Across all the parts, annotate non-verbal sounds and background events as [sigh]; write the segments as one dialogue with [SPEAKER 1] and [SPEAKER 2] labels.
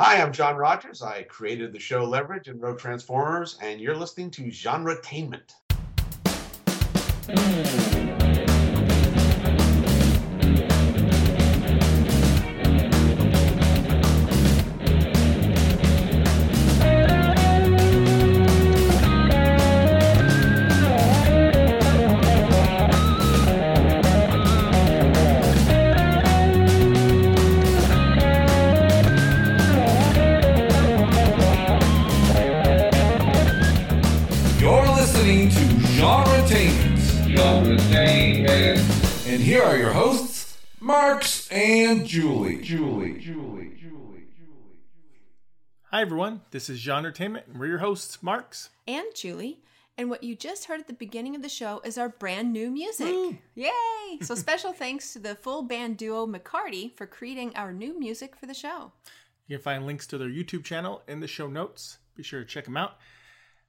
[SPEAKER 1] Hi, I'm John Rogers. I created the show Leverage and wrote Transformers, and you're listening to Genretainment.
[SPEAKER 2] You're listening to Genretainment. And here are your hosts, Marks and Julie. Julie. Julie. Julie.
[SPEAKER 3] Hi, everyone. This is Genre Entertainment, and we're your hosts, Marks.
[SPEAKER 4] and Julie. And what you just heard at the beginning of the show is our brand new music. Yay! So, special thanks to the full band duo McCarty for creating our new music for the show.
[SPEAKER 3] You can find links to their YouTube channel in the show notes. Be sure to check them out.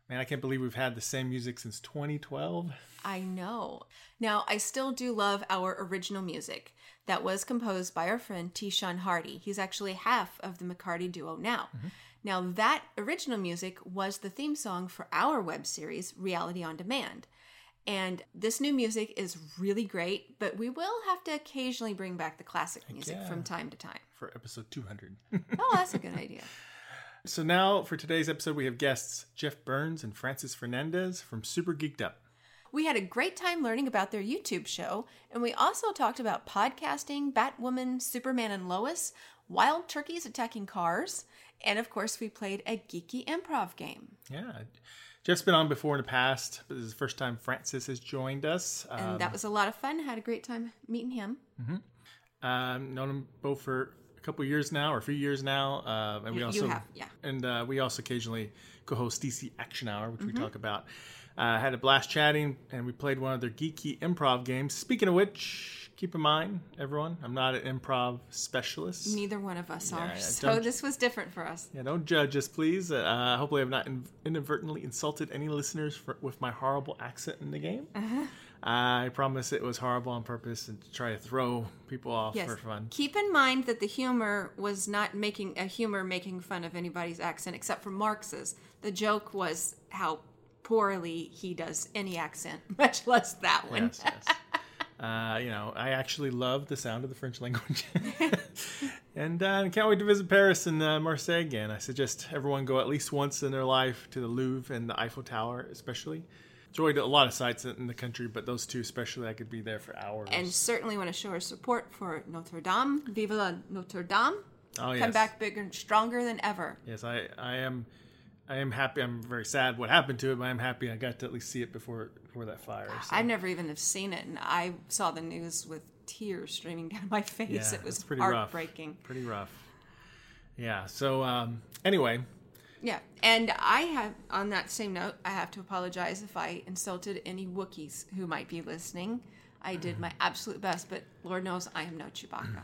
[SPEAKER 3] Man, I can't believe we've had the same music since 2012.
[SPEAKER 4] I know. Now, I still do love our original music that was composed by our friend T. Sean Hardy. He's actually half of the McCarty duo now. Now, that original music was the theme song for our web series, Reality on Demand. And this new music is really great, but we will have to occasionally bring back the classic music
[SPEAKER 3] yeah.
[SPEAKER 4] from time to time.
[SPEAKER 3] For episode 200.
[SPEAKER 4] Oh, that's a good idea.
[SPEAKER 3] [laughs] so, now for today's episode, we have guests Jeff Burns and Francis Fernandez from Super Geeked Up.
[SPEAKER 4] We had a great time learning about their YouTube show, and we also talked about podcasting, Batwoman, Superman and Lois, wild turkeys attacking cars, and of course, we played a geeky improv game.
[SPEAKER 3] Yeah. Jeff's been on before in the past, but this is the first time Francis has joined us.
[SPEAKER 4] And that was a lot of fun. Had a great time meeting him.
[SPEAKER 3] Um, known them both for a couple years now, or a few years now, uh, and we
[SPEAKER 4] You- you
[SPEAKER 3] also
[SPEAKER 4] have, yeah.
[SPEAKER 3] and uh, we also occasionally co-host DC Action Hour, which
[SPEAKER 4] Mm-hmm.
[SPEAKER 3] we talk about. Uh, had a blast chatting, and we played one of their geeky improv games. Speaking of which, keep in mind, everyone, I'm not an improv specialist.
[SPEAKER 4] Neither one of us are,
[SPEAKER 3] yeah,
[SPEAKER 4] so
[SPEAKER 3] don't-
[SPEAKER 4] this was different for us.
[SPEAKER 3] Yeah, don't judge us, please. Uh, hopefully, I've not in- inadvertently insulted any listeners for- with my horrible accent in the game.
[SPEAKER 4] Uh-huh.
[SPEAKER 3] I promise it was horrible on purpose and to try to throw people off
[SPEAKER 4] Yes.
[SPEAKER 3] for fun.
[SPEAKER 4] Keep in mind that the humor was not making a humor making fun of anybody's accent except for Marx's. The joke was how poorly he does any accent, [laughs] much less that one.
[SPEAKER 3] Yes, yes. Uh, you know, I actually love the sound of the French language. [laughs] and uh, I can't wait to visit Paris and uh, Marseille again. I suggest everyone go at least once in their life to the Louvre and the Eiffel Tower, especially. Enjoyed a lot of sites in the country, but those two especially, I could be there for hours.
[SPEAKER 4] and certainly want to show our support for Notre Dame. Vive la Notre Dame!
[SPEAKER 3] oh, yes.
[SPEAKER 4] Come back bigger and stronger than ever.
[SPEAKER 3] Yes, I, I am. I am happy. I'm very sad what happened to it, but I'm happy I got to at least see it before before that fire. so-
[SPEAKER 4] I never even have seen it, and I saw the news with tears streaming down my [laughs] face. it was
[SPEAKER 3] it's pretty
[SPEAKER 4] heartbreaking.
[SPEAKER 3] Rough, pretty rough. Yeah. So um, anyway,
[SPEAKER 4] Yeah, and I have on that same note, I have to apologize if I insulted any Wookiees who might be listening. I did my absolute best, but Lord knows I am no
[SPEAKER 3] [laughs]
[SPEAKER 4] Chewbacca.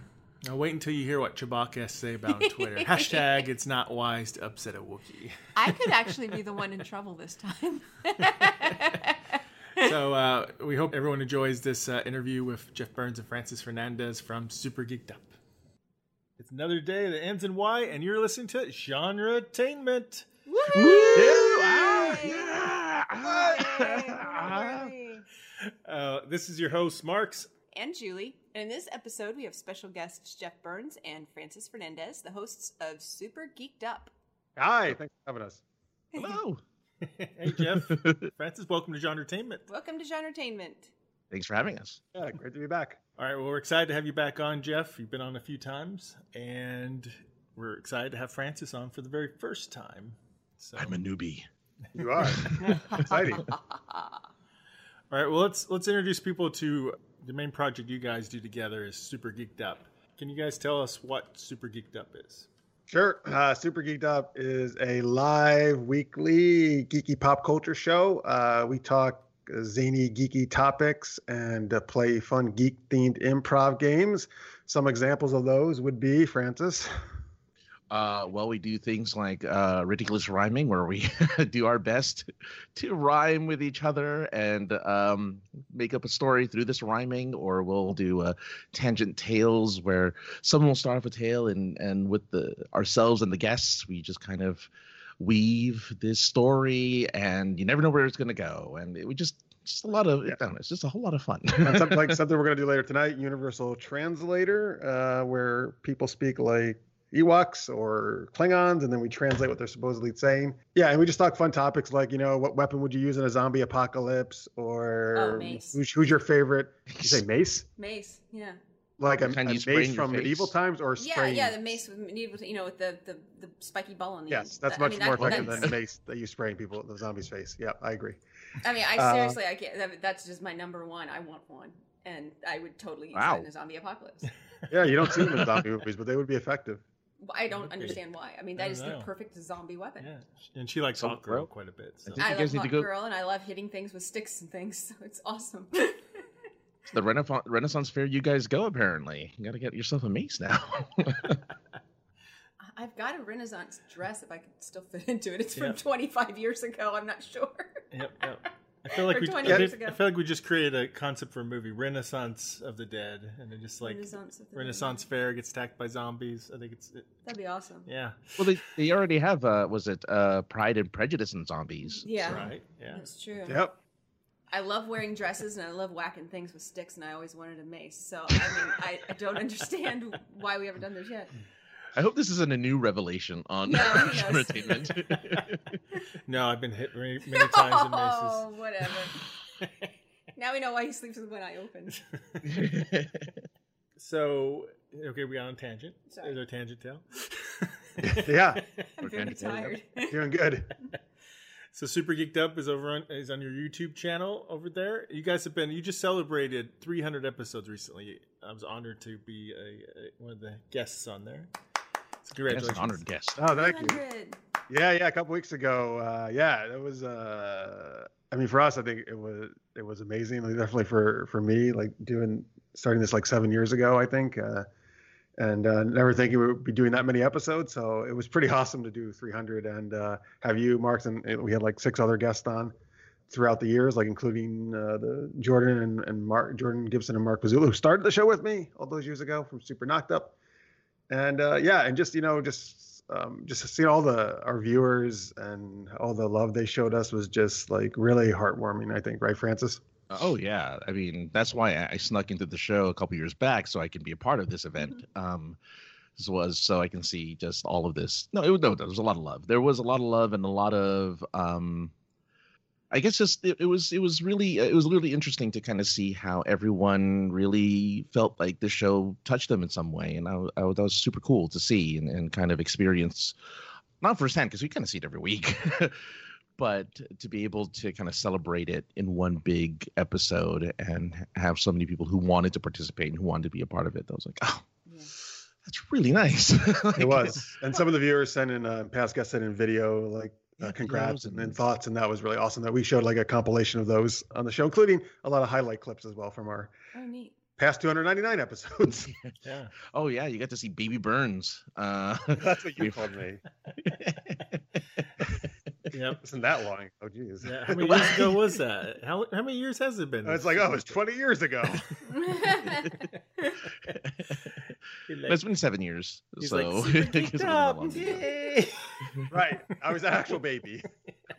[SPEAKER 3] Now wait until you hear what Chewbacca has to say about on Twitter. Hashtag it's not wise to upset a Wookiee.
[SPEAKER 4] I could actually be the one in trouble this time. [laughs]
[SPEAKER 3] So uh, we hope everyone enjoys this uh, interview with Jeff Burns and Francis Fernandez from Super Geeked Up. It's another day that ends in Y, and you're listening to Genre Attainment. [laughs]
[SPEAKER 5] Ah.
[SPEAKER 3] Uh, this is your host, Marks. [laughs]
[SPEAKER 4] and Julie. And in this episode, we have special guests Jeff Burns and Francis Fernandez, the hosts of Super Geeked Up.
[SPEAKER 5] [laughs] Hi, thanks for having us.
[SPEAKER 6] Hello.
[SPEAKER 3] hey, Jeff. Francis, welcome to Genre Attainment.
[SPEAKER 4] Welcome to Genretainment.
[SPEAKER 6] Thanks for having us.
[SPEAKER 5] Yeah, great to be back.
[SPEAKER 3] All right, well, we're excited to have you back on, Jeff. You've been on a few times, and we're excited to have Francis on for the very first time. So.
[SPEAKER 6] I'm a newbie.
[SPEAKER 5] You are exciting.
[SPEAKER 3] All right. Well, let's let's introduce people to the main project you guys do together is Super Geeked Up. Can you guys tell us what Super Geeked Up is?
[SPEAKER 5] Sure. Uh, Super Geeked Up is a live weekly geeky pop culture show. Uh, we talk zany geeky topics and uh, play fun geek themed improv games. Some examples of those would be Francis.
[SPEAKER 6] Uh, well, we do things like uh, ridiculous rhyming, where we [laughs] do our best to rhyme with each other and um, make up a story through this rhyming. Or we'll do uh, tangent tales, where someone will start off a tale, and and with the ourselves and the guests, we just kind of weave this story, and you never know where it's going to go. And it, we just just a lot of I don't know, it's just a whole lot of fun.
[SPEAKER 5] And something
[SPEAKER 6] [laughs]
[SPEAKER 5] like something we're gonna do later tonight, Universal Translator, uh, where people speak like Ewoks or Klingons, and then we translate what they're supposedly saying. Yeah, and we just talk fun topics like, you know, what weapon would you use in a zombie apocalypse,
[SPEAKER 4] Oh,
[SPEAKER 5] or
[SPEAKER 4] mace.
[SPEAKER 5] who's, who's your favorite? Did you say mace?
[SPEAKER 4] Mace, yeah.
[SPEAKER 5] Like a, a
[SPEAKER 6] Kind you
[SPEAKER 5] mace
[SPEAKER 6] spray in your
[SPEAKER 5] from medieval
[SPEAKER 6] face.
[SPEAKER 5] times, or
[SPEAKER 4] Yeah,
[SPEAKER 5] spraying?
[SPEAKER 4] yeah, the mace with medieval, you know, with the, the, the spiky ball on the
[SPEAKER 5] Yes,
[SPEAKER 4] end. I
[SPEAKER 5] that's much
[SPEAKER 4] mean,
[SPEAKER 5] more
[SPEAKER 4] that-
[SPEAKER 5] effective
[SPEAKER 4] that's-
[SPEAKER 5] than mace that you spray in people the zombie's face. Yeah, I [laughs] agree.
[SPEAKER 4] I mean, I
[SPEAKER 5] Uh,
[SPEAKER 4] seriously, I can't. that- That's just my number one. I want one, and I would totally use
[SPEAKER 6] Wow.
[SPEAKER 4] it in a zombie apocalypse.
[SPEAKER 5] Yeah, you don't see them in zombie movies, but they would be effective.
[SPEAKER 4] Well, I don't
[SPEAKER 3] Okay.
[SPEAKER 4] understand why. I mean,
[SPEAKER 3] I
[SPEAKER 4] that
[SPEAKER 3] don't
[SPEAKER 4] is
[SPEAKER 3] know.
[SPEAKER 4] the perfect zombie weapon.
[SPEAKER 3] Yeah, and she likes
[SPEAKER 6] So,
[SPEAKER 3] Hawk Girl
[SPEAKER 6] well,
[SPEAKER 3] quite a bit. So.
[SPEAKER 6] I
[SPEAKER 4] I
[SPEAKER 6] think you
[SPEAKER 4] love
[SPEAKER 6] guys need
[SPEAKER 4] Hot
[SPEAKER 6] to go.
[SPEAKER 4] Girl, and I love hitting things with sticks and things. So it's awesome. [laughs] I
[SPEAKER 6] The Renaissance, Renaissance Fair, you guys go apparently. You got to get yourself a mace now. [laughs]
[SPEAKER 4] I've got a Renaissance dress if I could still fit into it. It's from
[SPEAKER 3] Yeah.
[SPEAKER 4] 25 years ago. I'm not sure.
[SPEAKER 3] Yep, yep. I
[SPEAKER 4] [laughs]
[SPEAKER 3] feel like
[SPEAKER 4] Or
[SPEAKER 3] we
[SPEAKER 4] 20
[SPEAKER 3] I,
[SPEAKER 4] years
[SPEAKER 3] did-
[SPEAKER 4] ago.
[SPEAKER 3] I feel like we just created a concept for a movie, Renaissance of the Dead, and then just like Renaissance,
[SPEAKER 4] Renaissance. of the-
[SPEAKER 3] Fair gets attacked by zombies. I think it's it,
[SPEAKER 4] That'd be awesome.
[SPEAKER 3] yeah,
[SPEAKER 6] well, they, they already have. Uh, was it uh, Pride and Prejudice and zombies?
[SPEAKER 4] Yeah.
[SPEAKER 3] right,
[SPEAKER 4] [laughs]
[SPEAKER 3] yeah. [laughs]
[SPEAKER 4] That's true.
[SPEAKER 5] Yep.
[SPEAKER 4] I love wearing dresses and I love whacking things with sticks, and I always wanted a mace. So, I mean, I, I don't understand [laughs] why we haven't done this yet.
[SPEAKER 6] I hope this isn't a new revelation [laughs] on
[SPEAKER 4] No, who
[SPEAKER 6] Show
[SPEAKER 4] knows?
[SPEAKER 3] [laughs]
[SPEAKER 6] entertainment.
[SPEAKER 3] No, I've been hit many, many times
[SPEAKER 4] [laughs]
[SPEAKER 3] in maces.
[SPEAKER 4] Oh, whatever. now we know why he sleeps with one
[SPEAKER 3] [laughs]
[SPEAKER 4] eye open.
[SPEAKER 3] So okay, we got on tangent.
[SPEAKER 4] Sorry.
[SPEAKER 3] Is there a tangent [laughs]
[SPEAKER 4] [laughs]
[SPEAKER 3] tail?
[SPEAKER 5] Yeah.
[SPEAKER 4] I'm
[SPEAKER 6] We're
[SPEAKER 4] very
[SPEAKER 6] kinda
[SPEAKER 4] tired.
[SPEAKER 6] tired.
[SPEAKER 5] Doing good.
[SPEAKER 3] So Super Geeked Up is over on is on your YouTube channel over there. You guys have been you just celebrated 300 episodes recently. I was honored to be a, a, one of the guests on there. So
[SPEAKER 6] That's
[SPEAKER 3] congratulations.
[SPEAKER 6] an honored guest.
[SPEAKER 5] Oh, thank you.
[SPEAKER 4] 200.
[SPEAKER 5] Yeah, yeah, a couple weeks ago. Uh, yeah, that was. Uh, I mean, for us, I think it was it was amazing. Like, definitely for for me, like doing starting this like seven years ago, I think, uh, and uh, never thinking we would be doing that many episodes. So it was pretty [laughs] awesome to do 300 and uh, have you, Marks, and and we had like six other guests on throughout the years, like including uh, the Jordan and, and Mark Jordan Gibson and Mark Pazula, who started the show with me all those years ago from Super Knocked Up and uh, yeah, and just you know, just um, just seeing all the our viewers and all the love they showed us was just like really heartwarming. I think, right, Francis?
[SPEAKER 6] Oh yeah, I mean that's why I, I snuck into the show a couple years back so I can be a part of this event. Um, this was so I can see just all of this. No, it was no, there was a lot of love. There was a lot of love and a lot of um, I guess just it, it was it was really it was really interesting to kind of see how everyone really felt like the show touched them in some way, and I, w- I w- that was super cool to see and, and kind of experience, not firsthand because we kind of see it every week. [laughs] but to be able to kind of celebrate it in one big episode and have so many people who wanted to participate and who wanted to be a part of it, I was like, oh,
[SPEAKER 4] Yeah.
[SPEAKER 6] that's really nice. [laughs]
[SPEAKER 5] It
[SPEAKER 6] Like,
[SPEAKER 5] was, and some of the viewers sent in uh, past guests sent in video like uh,
[SPEAKER 6] Yeah,
[SPEAKER 5] congrats
[SPEAKER 6] videos
[SPEAKER 5] and,
[SPEAKER 6] and-
[SPEAKER 5] and thoughts, and that was really awesome that we showed like a compilation of those on the show, including a lot of highlight clips as well from our
[SPEAKER 4] Oh, neat.
[SPEAKER 5] past
[SPEAKER 3] [laughs]
[SPEAKER 5] 299 episodes. [laughs]
[SPEAKER 3] Yeah.
[SPEAKER 6] Oh yeah, you got to see Baby Burns.
[SPEAKER 5] [laughs]
[SPEAKER 6] Uh, [laughs]
[SPEAKER 5] That's what you
[SPEAKER 6] We've-
[SPEAKER 5] called me.
[SPEAKER 6] [laughs]
[SPEAKER 3] Yep.
[SPEAKER 5] Wasn't that long? Oh, geez.
[SPEAKER 3] Yeah.
[SPEAKER 5] [laughs]
[SPEAKER 3] How many years ago was that? How, how many years has it been?
[SPEAKER 5] It's like oh, it's 20
[SPEAKER 3] [laughs]
[SPEAKER 5] years ago.
[SPEAKER 3] He's like-
[SPEAKER 6] it's been seven years,
[SPEAKER 3] he's like,
[SPEAKER 6] so [laughs]
[SPEAKER 3] "Super
[SPEAKER 6] I guess
[SPEAKER 3] geeked
[SPEAKER 6] it was a little
[SPEAKER 3] up,
[SPEAKER 6] longer.
[SPEAKER 3] yay."
[SPEAKER 5] right, I was an actual baby.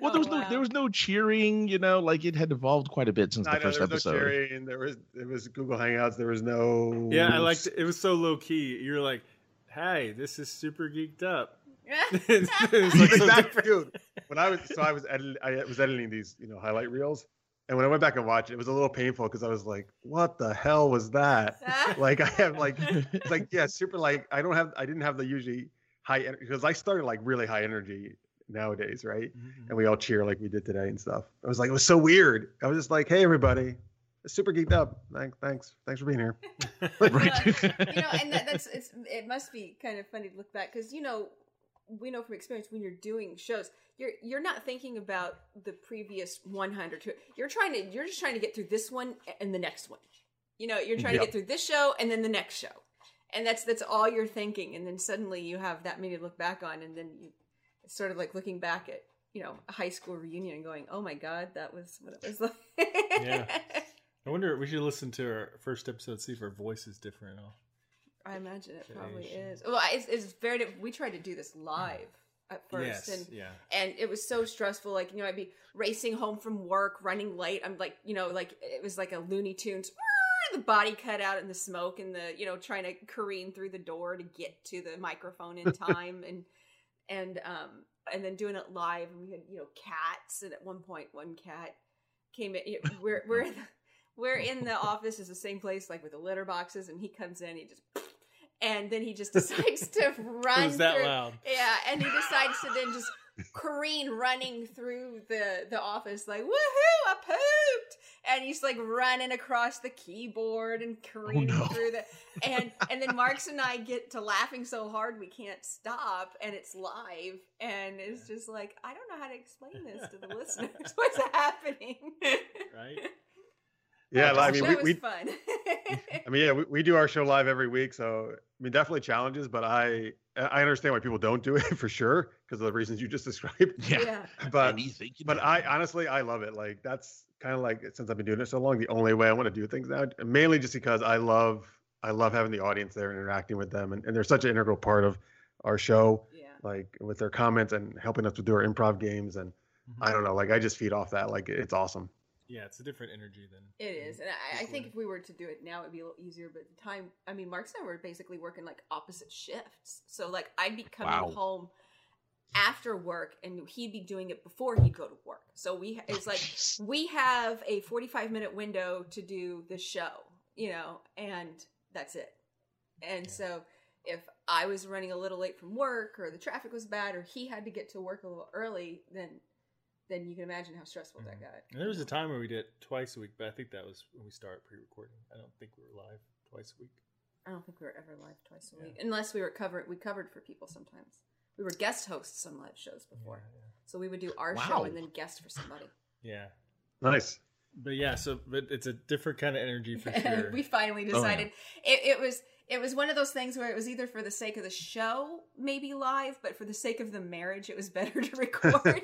[SPEAKER 6] Well,
[SPEAKER 4] Oh,
[SPEAKER 6] there was no
[SPEAKER 4] wow.
[SPEAKER 6] there was no cheering. You know, like it had evolved quite a bit since
[SPEAKER 5] I
[SPEAKER 6] the
[SPEAKER 5] know,
[SPEAKER 6] first
[SPEAKER 5] there was
[SPEAKER 6] episode.
[SPEAKER 5] No cheering. There was it was Google Hangouts. There was no.
[SPEAKER 3] Yeah, I liked it. It was so low key. You're like, "Hey, this is super geeked up." [laughs] It's-
[SPEAKER 4] Oh,
[SPEAKER 3] it's [laughs] like so
[SPEAKER 5] Exactly,
[SPEAKER 3] different.
[SPEAKER 5] dude. When I was so I was edit, I was editing these you know highlight reels, and when I went back and watched it, it was a little painful because I was like, "What the hell was that?"
[SPEAKER 6] [laughs]
[SPEAKER 3] [laughs]
[SPEAKER 4] [laughs]
[SPEAKER 5] Like I have like it's like yeah, super like I don't have I didn't have the usually high energy because I started like really high energy nowadays, right? and we all cheer like we did today and stuff. I was like, it was so weird. I was just like, hey everybody, super geeked up. Thanks, thanks, thanks for being here.
[SPEAKER 4] you know, and that, that's it's, it must be kind of funny to look back because you know we know from experience when you're doing shows, you're you're not thinking about the previous 100. to- You're trying to you're just trying to get through this one and the next one. You know, you're trying
[SPEAKER 6] Yep.
[SPEAKER 4] to get through this show and then the next show, and that's that's all you're thinking and then suddenly you have that many to look back on and then you it's sort of like looking back at you know a high school reunion and going oh my god that was what it was like [laughs]
[SPEAKER 3] Yeah. I wonder. We should listen to our first episode. See if her voice is different at all.
[SPEAKER 4] i imagine it probably
[SPEAKER 3] Creation.
[SPEAKER 4] is well it's, it's very di- we tried to do this live at
[SPEAKER 3] yes.
[SPEAKER 4] first and
[SPEAKER 3] yeah.
[SPEAKER 4] and it was so stressful. Like you know, I'd be racing home from work, running late. I'm like, you know, like it was like a Looney Tunes. "Wah!" The body cut out and the smoke and the you know trying to careen through the door to get to the microphone
[SPEAKER 3] [laughs]
[SPEAKER 4] in time and and um and then doing it live and we had you know cats and at one point one cat came in. you know, We're we're in the, we're in
[SPEAKER 3] [laughs]
[SPEAKER 4] the office is the same place like with the litter boxes and he comes in he just and then he just [laughs] decides to run
[SPEAKER 3] It was that
[SPEAKER 4] through, [laughs]
[SPEAKER 3] loud.
[SPEAKER 4] yeah, and he decides to then just careen running through the the office like woohoo, I pooped, and he's like running across the keyboard and careening
[SPEAKER 6] no.
[SPEAKER 4] through the and and then Marks and I get to laughing so hard we can't stop, and it's live, and it's just like I don't know how to explain this to the listeners [laughs] what's happening.
[SPEAKER 3] Right.
[SPEAKER 5] Yeah,
[SPEAKER 4] That
[SPEAKER 5] I mean, we,
[SPEAKER 4] was
[SPEAKER 5] we,
[SPEAKER 4] fun.
[SPEAKER 5] I mean, yeah, we, we do our show live every week, so I mean, definitely challenges, but I I understand why people don't do it [laughs] for sure because of the reasons you just [laughs] described.
[SPEAKER 6] [laughs] Yeah.
[SPEAKER 4] yeah.
[SPEAKER 5] But
[SPEAKER 6] Anything you
[SPEAKER 5] but
[SPEAKER 6] do.
[SPEAKER 5] I honestly I love it. Like that's kind of like since I've been doing it so long, the only way I want to do things now, mainly just because I love I love having the audience there and interacting with them, and, and they're such an integral part of our show,
[SPEAKER 4] Yeah.
[SPEAKER 5] like with their comments and helping us to do our improv games, and
[SPEAKER 3] Mm-hmm.
[SPEAKER 5] I don't know, like I just feed off that, like it's awesome.
[SPEAKER 3] Yeah, it's a different energy than
[SPEAKER 4] It is, and I, I
[SPEAKER 3] Just
[SPEAKER 4] think
[SPEAKER 3] would.
[SPEAKER 4] if we were to do it now, it'd be a little easier. But the time, I mean, Marks and I were basically working like opposite shifts, so like I'd be coming
[SPEAKER 6] Wow.
[SPEAKER 4] home after work, and he'd be doing it before he'd go to work. So we, it's like
[SPEAKER 6] Jeez.
[SPEAKER 4] we have a forty-five minute window to do the show, you know, and that's it. And
[SPEAKER 3] Yeah.
[SPEAKER 4] so if I was running a little late from work, or the traffic was bad, or he had to get to work a little early, then then you can imagine how stressful
[SPEAKER 3] Mhm.
[SPEAKER 4] that got.
[SPEAKER 3] And there was a time where we did it twice a week, but I think that was when we started pre-recording. I don't think we were live twice a week.
[SPEAKER 4] I don't think we were ever live twice a
[SPEAKER 3] Yeah.
[SPEAKER 4] week, unless we were covered. We covered for people sometimes. We were guest hosts on live shows before, so we would do our show
[SPEAKER 6] Wow.
[SPEAKER 4] and then guest for
[SPEAKER 6] [laughs]
[SPEAKER 4] somebody.
[SPEAKER 3] Yeah. yeah.
[SPEAKER 5] Nice.
[SPEAKER 3] But yeah, so but it's a different kind of energy for
[SPEAKER 4] [laughs] And
[SPEAKER 3] sure.
[SPEAKER 4] we finally
[SPEAKER 6] Oh, yeah.
[SPEAKER 4] decided it, it was it was one of those things where it was either for the sake of the show, maybe live, but for the sake of the marriage, it was better to [laughs] record.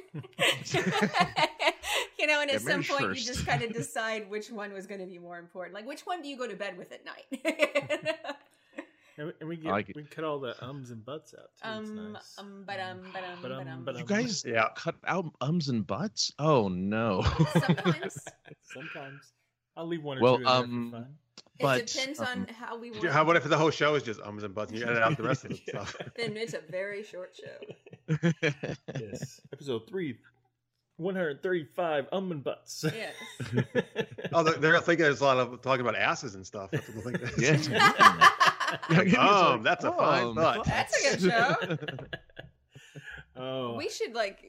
[SPEAKER 4] you know, and
[SPEAKER 6] Yeah,
[SPEAKER 4] at some
[SPEAKER 6] marriage
[SPEAKER 4] point,
[SPEAKER 6] first.
[SPEAKER 4] you just kind
[SPEAKER 6] [laughs]
[SPEAKER 4] of decide which one was going to be more important. Like, which one do you go to bed with at night? [laughs]
[SPEAKER 6] [laughs]
[SPEAKER 3] and we, and we, get,
[SPEAKER 6] like it.
[SPEAKER 3] we cut all the ums and butts out too. It's
[SPEAKER 4] um,
[SPEAKER 3] nice. Mm.
[SPEAKER 4] um, but um, but um, but um.
[SPEAKER 3] but
[SPEAKER 6] You guys
[SPEAKER 5] Yeah.
[SPEAKER 6] cut out ums and butts? Oh no. [laughs]
[SPEAKER 4] Sometimes
[SPEAKER 3] [laughs] Sometimes I'll leave one or
[SPEAKER 6] Well,
[SPEAKER 3] two. in there for
[SPEAKER 6] um,
[SPEAKER 3] fun.
[SPEAKER 6] [laughs] But,
[SPEAKER 4] it depends
[SPEAKER 6] um,
[SPEAKER 4] on how we want.
[SPEAKER 5] How, what if the whole show is just ums and buts and you edit out the rest of the stuff?
[SPEAKER 4] Then it's a very short show.
[SPEAKER 5] [laughs]
[SPEAKER 3] yes. Episode three, one hundred thirty-five um and butts. [laughs]
[SPEAKER 4] Yes.
[SPEAKER 5] Oh, they're, they're thinking there's a lot of talking about asses and stuff. That's what they'll think.
[SPEAKER 6] yeah.
[SPEAKER 5] Like, um, that's a fine thought.
[SPEAKER 4] That's a
[SPEAKER 5] [laughs]
[SPEAKER 4] good show.
[SPEAKER 3] [laughs] oh,
[SPEAKER 4] we should like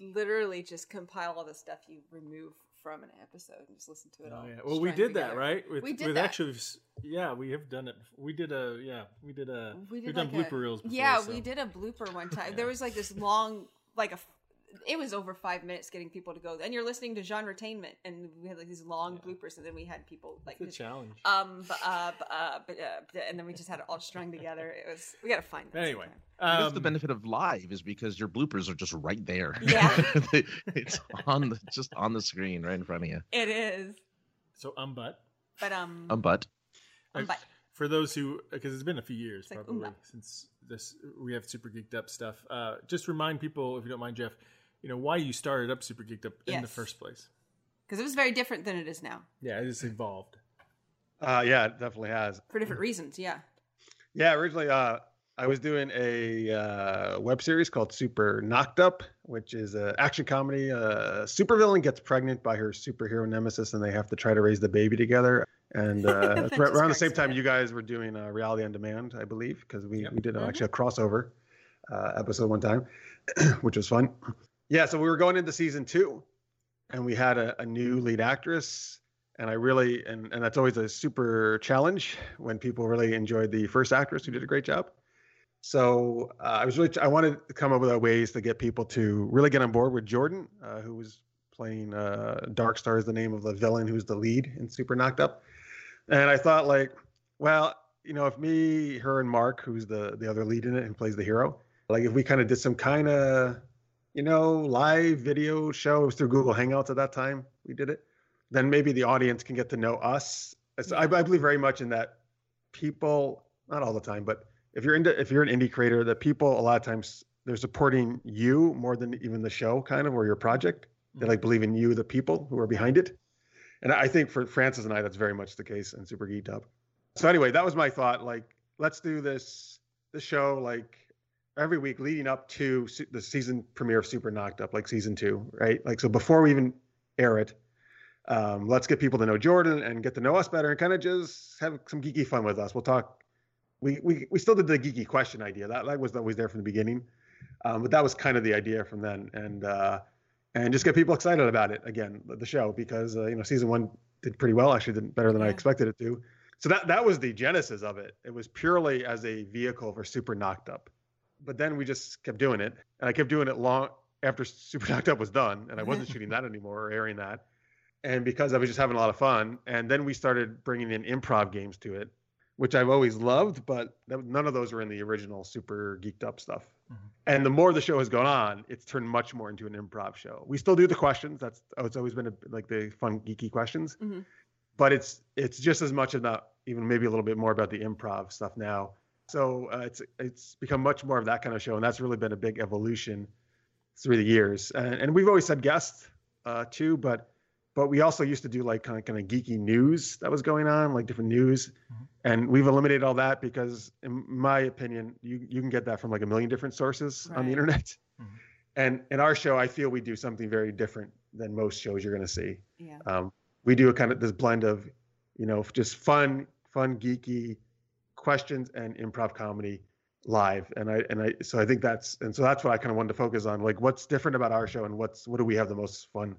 [SPEAKER 4] literally just compile all the stuff you remove from an episode and just listen to it
[SPEAKER 3] Oh,
[SPEAKER 4] all.
[SPEAKER 3] yeah.
[SPEAKER 4] Just
[SPEAKER 3] Well, we
[SPEAKER 4] try and
[SPEAKER 3] did that,
[SPEAKER 4] figure
[SPEAKER 3] right? With,
[SPEAKER 4] We did
[SPEAKER 3] with
[SPEAKER 4] that.
[SPEAKER 3] actually, s- yeah, we have done it. We did a, yeah, we did a.
[SPEAKER 4] We
[SPEAKER 3] We've
[SPEAKER 4] did
[SPEAKER 3] done
[SPEAKER 4] like a-
[SPEAKER 3] blooper reels. Before,
[SPEAKER 4] yeah,
[SPEAKER 3] so.
[SPEAKER 4] we did a blooper one time.
[SPEAKER 3] Yeah.
[SPEAKER 4] There was like this long, like a, it was over five minutes getting people to go. And you're listening to genre attainment, and we had like these long
[SPEAKER 3] Yeah.
[SPEAKER 4] bloopers, and then we had people like
[SPEAKER 3] It's
[SPEAKER 4] just-
[SPEAKER 3] a challenge.
[SPEAKER 4] um, b- uh, b- uh, b- uh, b- and then we just had it all strung together. It was we gotta find that
[SPEAKER 3] Anyway.
[SPEAKER 4] sometime.
[SPEAKER 6] I guess the
[SPEAKER 3] Um,
[SPEAKER 6] benefit of live is because your bloopers are just right there. [laughs]
[SPEAKER 4] Yeah.
[SPEAKER 6] it's on the just on the screen right in front of you.
[SPEAKER 4] It is,
[SPEAKER 3] so umbutt.
[SPEAKER 4] but um,
[SPEAKER 6] Um, but [laughs]
[SPEAKER 4] um, but
[SPEAKER 3] For those who, because it's been a few years
[SPEAKER 4] It's like
[SPEAKER 3] probably
[SPEAKER 4] umbutt.
[SPEAKER 3] since this, we have super geeked up stuff. Uh, just remind people, if you don't mind, Jeff, you know why you started up super geeked up in the
[SPEAKER 4] Yes.
[SPEAKER 3] first place.
[SPEAKER 4] because it was very different than it is now
[SPEAKER 3] Yeah, it just evolved.
[SPEAKER 5] [laughs] Uh, yeah, it definitely has.
[SPEAKER 4] for different reasons. Yeah,
[SPEAKER 5] Yeah, originally uh, I was doing a uh, web series called Super Knocked Up, which is an action comedy. Uh, A supervillain gets pregnant by her superhero nemesis, and they have to try to raise the baby together. And uh,
[SPEAKER 4] That
[SPEAKER 5] that's
[SPEAKER 4] just
[SPEAKER 5] right around the
[SPEAKER 4] cracks
[SPEAKER 5] same
[SPEAKER 4] me
[SPEAKER 5] time,
[SPEAKER 4] up.
[SPEAKER 5] you guys were doing uh, Reality on Demand, I believe, because we,
[SPEAKER 3] Yep.
[SPEAKER 5] we did
[SPEAKER 4] Mhm.
[SPEAKER 5] actually a crossover uh, episode one time, [clears throat] which was fun. Yeah, so we were going into season two, and we had a, a new lead actress and I really and, and that's always a super challenge when people really enjoyed the first actress who did a great job. So uh, I was really I wanted to come up with uh, ways to get people to really get on board with Jordan, uh, who was playing uh, Dark Star is the name of the villain who's the lead in Super Knocked Up, and I thought like, well, you know, if me, her, and Mark, who's the the other lead in it, who plays the hero, like if we kind of did some kind of, you know, live video show it was through Google Hangouts at that time, we did it. Then maybe the audience can get to know us. So I, I believe very much in that. People, not all the time, but if you're into if you're an indie creator, that people a lot of times they're supporting you more than even the show, kind of, or your project. They like believe in you, the people who are behind it. And I think for Francis and I, that's very much the case in Super Geeked Up. So anyway, that was my thought. Like, let's do this the show like every week leading up to su- the season premiere of Super Knocked Up, like season two, right? Like, so before we even air it, um, let's get people to know Jordan and get to know us better, and kind of just have some geeky fun with us. We'll talk. We we we still did the geeky question idea. That that was always there from the beginning, um, but that was kind of the idea from then. And uh, and just get people excited about it again, the show, because uh, you know season one did pretty well, actually, did better than I
[SPEAKER 4] Yeah.
[SPEAKER 5] expected it to. So that that was the genesis of it. It was purely as a vehicle for Super Knocked Up, but then we just kept doing it, and I kept doing it long after [laughs] Super Knocked Up was done, and I wasn't shooting that anymore or airing that, and because I was just having a lot of fun, and then we started bringing in improv games to it, which I've always loved, but that, none of those were in the original Super Geeked Up stuff. And the more the show has gone on, it's turned much more into an improv show. We still do the questions. That's oh, it's always been a, like the fun geeky questions,
[SPEAKER 4] Mhm.
[SPEAKER 5] but it's it's just as much about even maybe a little bit more about the improv stuff now. So uh, it's it's become much more of that kind of show, and that's really been a big evolution through the years. And, and we've always had guests uh, too, but but we also used to do like kind of kind of geeky news that was going on, like different news and we've eliminated all that because in my opinion you you can get that from like a million different sources on the
[SPEAKER 4] Right.
[SPEAKER 5] internet
[SPEAKER 3] Mhm.
[SPEAKER 5] and in our show i feel we do something very different than most shows you're going to see
[SPEAKER 4] Yeah.
[SPEAKER 5] um, we do a kind of this blend of you know just fun fun geeky questions and improv comedy live and i and i so i think that's and so that's what i kind of wanted to focus on like what's different about our show and what's what do we have the most fun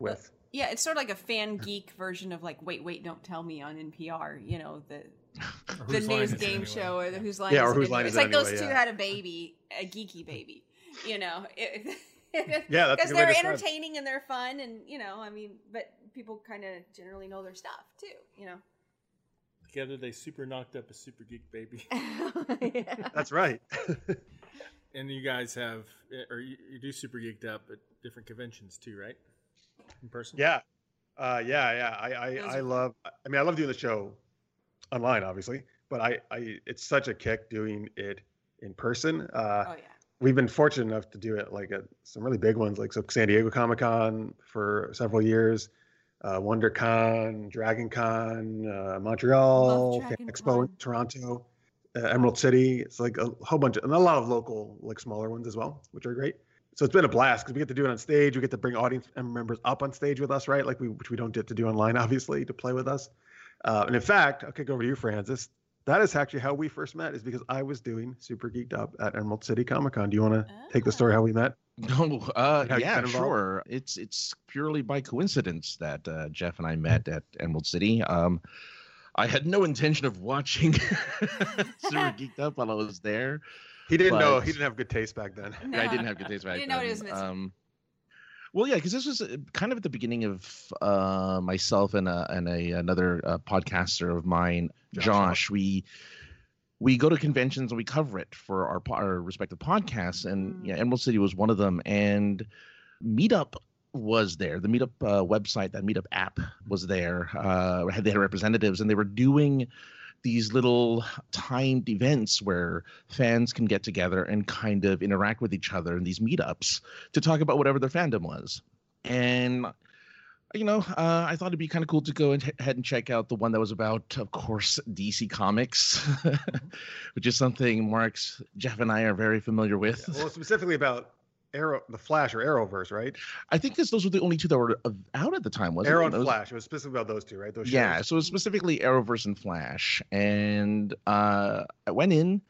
[SPEAKER 5] with
[SPEAKER 4] Yeah, it's sort of like a fan geek version of like Wait, Wait, Don't Tell Me on NPR, you know, the
[SPEAKER 3] Or
[SPEAKER 4] the
[SPEAKER 3] Whose Line
[SPEAKER 4] news
[SPEAKER 3] Is It
[SPEAKER 4] game
[SPEAKER 3] Anyway?
[SPEAKER 4] show or the Whose Line
[SPEAKER 5] Yeah,
[SPEAKER 4] Is
[SPEAKER 5] or
[SPEAKER 4] It
[SPEAKER 5] Whose Line
[SPEAKER 4] Anyway?
[SPEAKER 5] Is
[SPEAKER 4] It's
[SPEAKER 5] It
[SPEAKER 4] like those
[SPEAKER 5] Anyway,
[SPEAKER 4] two
[SPEAKER 5] yeah.
[SPEAKER 4] had a baby, a geeky baby, [laughs] you know. It-
[SPEAKER 5] [laughs] yeah
[SPEAKER 4] Because they're
[SPEAKER 5] that's a good way to describe it.
[SPEAKER 4] entertaining and they're fun, and you know, I mean, but people kind of generally know their stuff too, you know.
[SPEAKER 3] Together they super knocked up a super geek baby.
[SPEAKER 4] [laughs] Yeah.
[SPEAKER 5] that's right [laughs]
[SPEAKER 3] And you guys have, eh, or you, you do super geeked up at different conventions too, right? In person.
[SPEAKER 5] Yeah. Uh, yeah, yeah. I,
[SPEAKER 4] Those
[SPEAKER 5] I, I
[SPEAKER 4] are-
[SPEAKER 5] love, I mean, I love doing the show online, obviously, but I, I, it's such a kick doing it in person. Uh,
[SPEAKER 4] Oh yeah.
[SPEAKER 5] we've been fortunate enough to do it like at some really big ones, like so San Diego Comic Con for several years, uh, WonderCon, Dragon Con, uh, Montreal,
[SPEAKER 4] Love
[SPEAKER 5] Fan
[SPEAKER 4] Dragon
[SPEAKER 5] Expo
[SPEAKER 4] Con.
[SPEAKER 5] in Toronto, uh, Emerald City. It's like a whole bunch of, and a lot of local, like smaller ones as well, which are great. So it's been a blast because we get to do it on stage. We get to bring audience members up on stage with us, right? Like we, which we don't get to do online, obviously, to play with us. Uh, and in fact, I'll kick over to you, Francis. That is actually how we first met, is because I was doing Super Geeked Up at Emerald City Comic Con. Do you want to take the
[SPEAKER 6] Ah.
[SPEAKER 5] story how we met?
[SPEAKER 6] No, uh,
[SPEAKER 5] How you
[SPEAKER 6] yeah,
[SPEAKER 5] got involved?
[SPEAKER 6] sure. It's it's purely by coincidence that uh, Jeff and I met at Emerald City. Um, I had no intention of watching [laughs]
[SPEAKER 4] [laughs]
[SPEAKER 6] Super Geeked Up while I was there.
[SPEAKER 5] He didn't
[SPEAKER 6] But-
[SPEAKER 5] know. He didn't have good taste back
[SPEAKER 6] [laughs]
[SPEAKER 5] then.
[SPEAKER 4] [laughs]
[SPEAKER 6] I didn't have good taste back
[SPEAKER 4] You didn't know what he
[SPEAKER 6] then.
[SPEAKER 4] was missing.
[SPEAKER 6] Um, well, yeah, because this was uh, kind of at the beginning of uh, myself and a, and a another uh, podcaster of mine,
[SPEAKER 5] Josh.
[SPEAKER 6] Josh. We we go to conventions and we cover it for our po- our respective podcasts, and
[SPEAKER 4] Mm.
[SPEAKER 6] yeah, Emerald City was one of them, and Meetup was there. The Meetup uh, website, that Meetup app was there. Uh, had they had representatives, and they were doing these little timed events where fans can get together and kind of interact with each other in these meetups to talk about whatever their fandom was. And you know, uh, I thought it'd be kind of cool to go and he- ahead and check out the one that was about, of course, DC Comics, [laughs] which is something Mark's Jeff and I are very familiar with.
[SPEAKER 5] Well, specifically about Arrow, the Flash or Arrowverse, right?
[SPEAKER 6] I think this, those were the only two that were of- out at the time, wasn't
[SPEAKER 5] Arrow and
[SPEAKER 6] it? Those-
[SPEAKER 5] Flash. It was specifically about those two, right? Those
[SPEAKER 6] Yeah,
[SPEAKER 5] shows.
[SPEAKER 6] so it was specifically Arrowverse and Flash, and uh, I went in,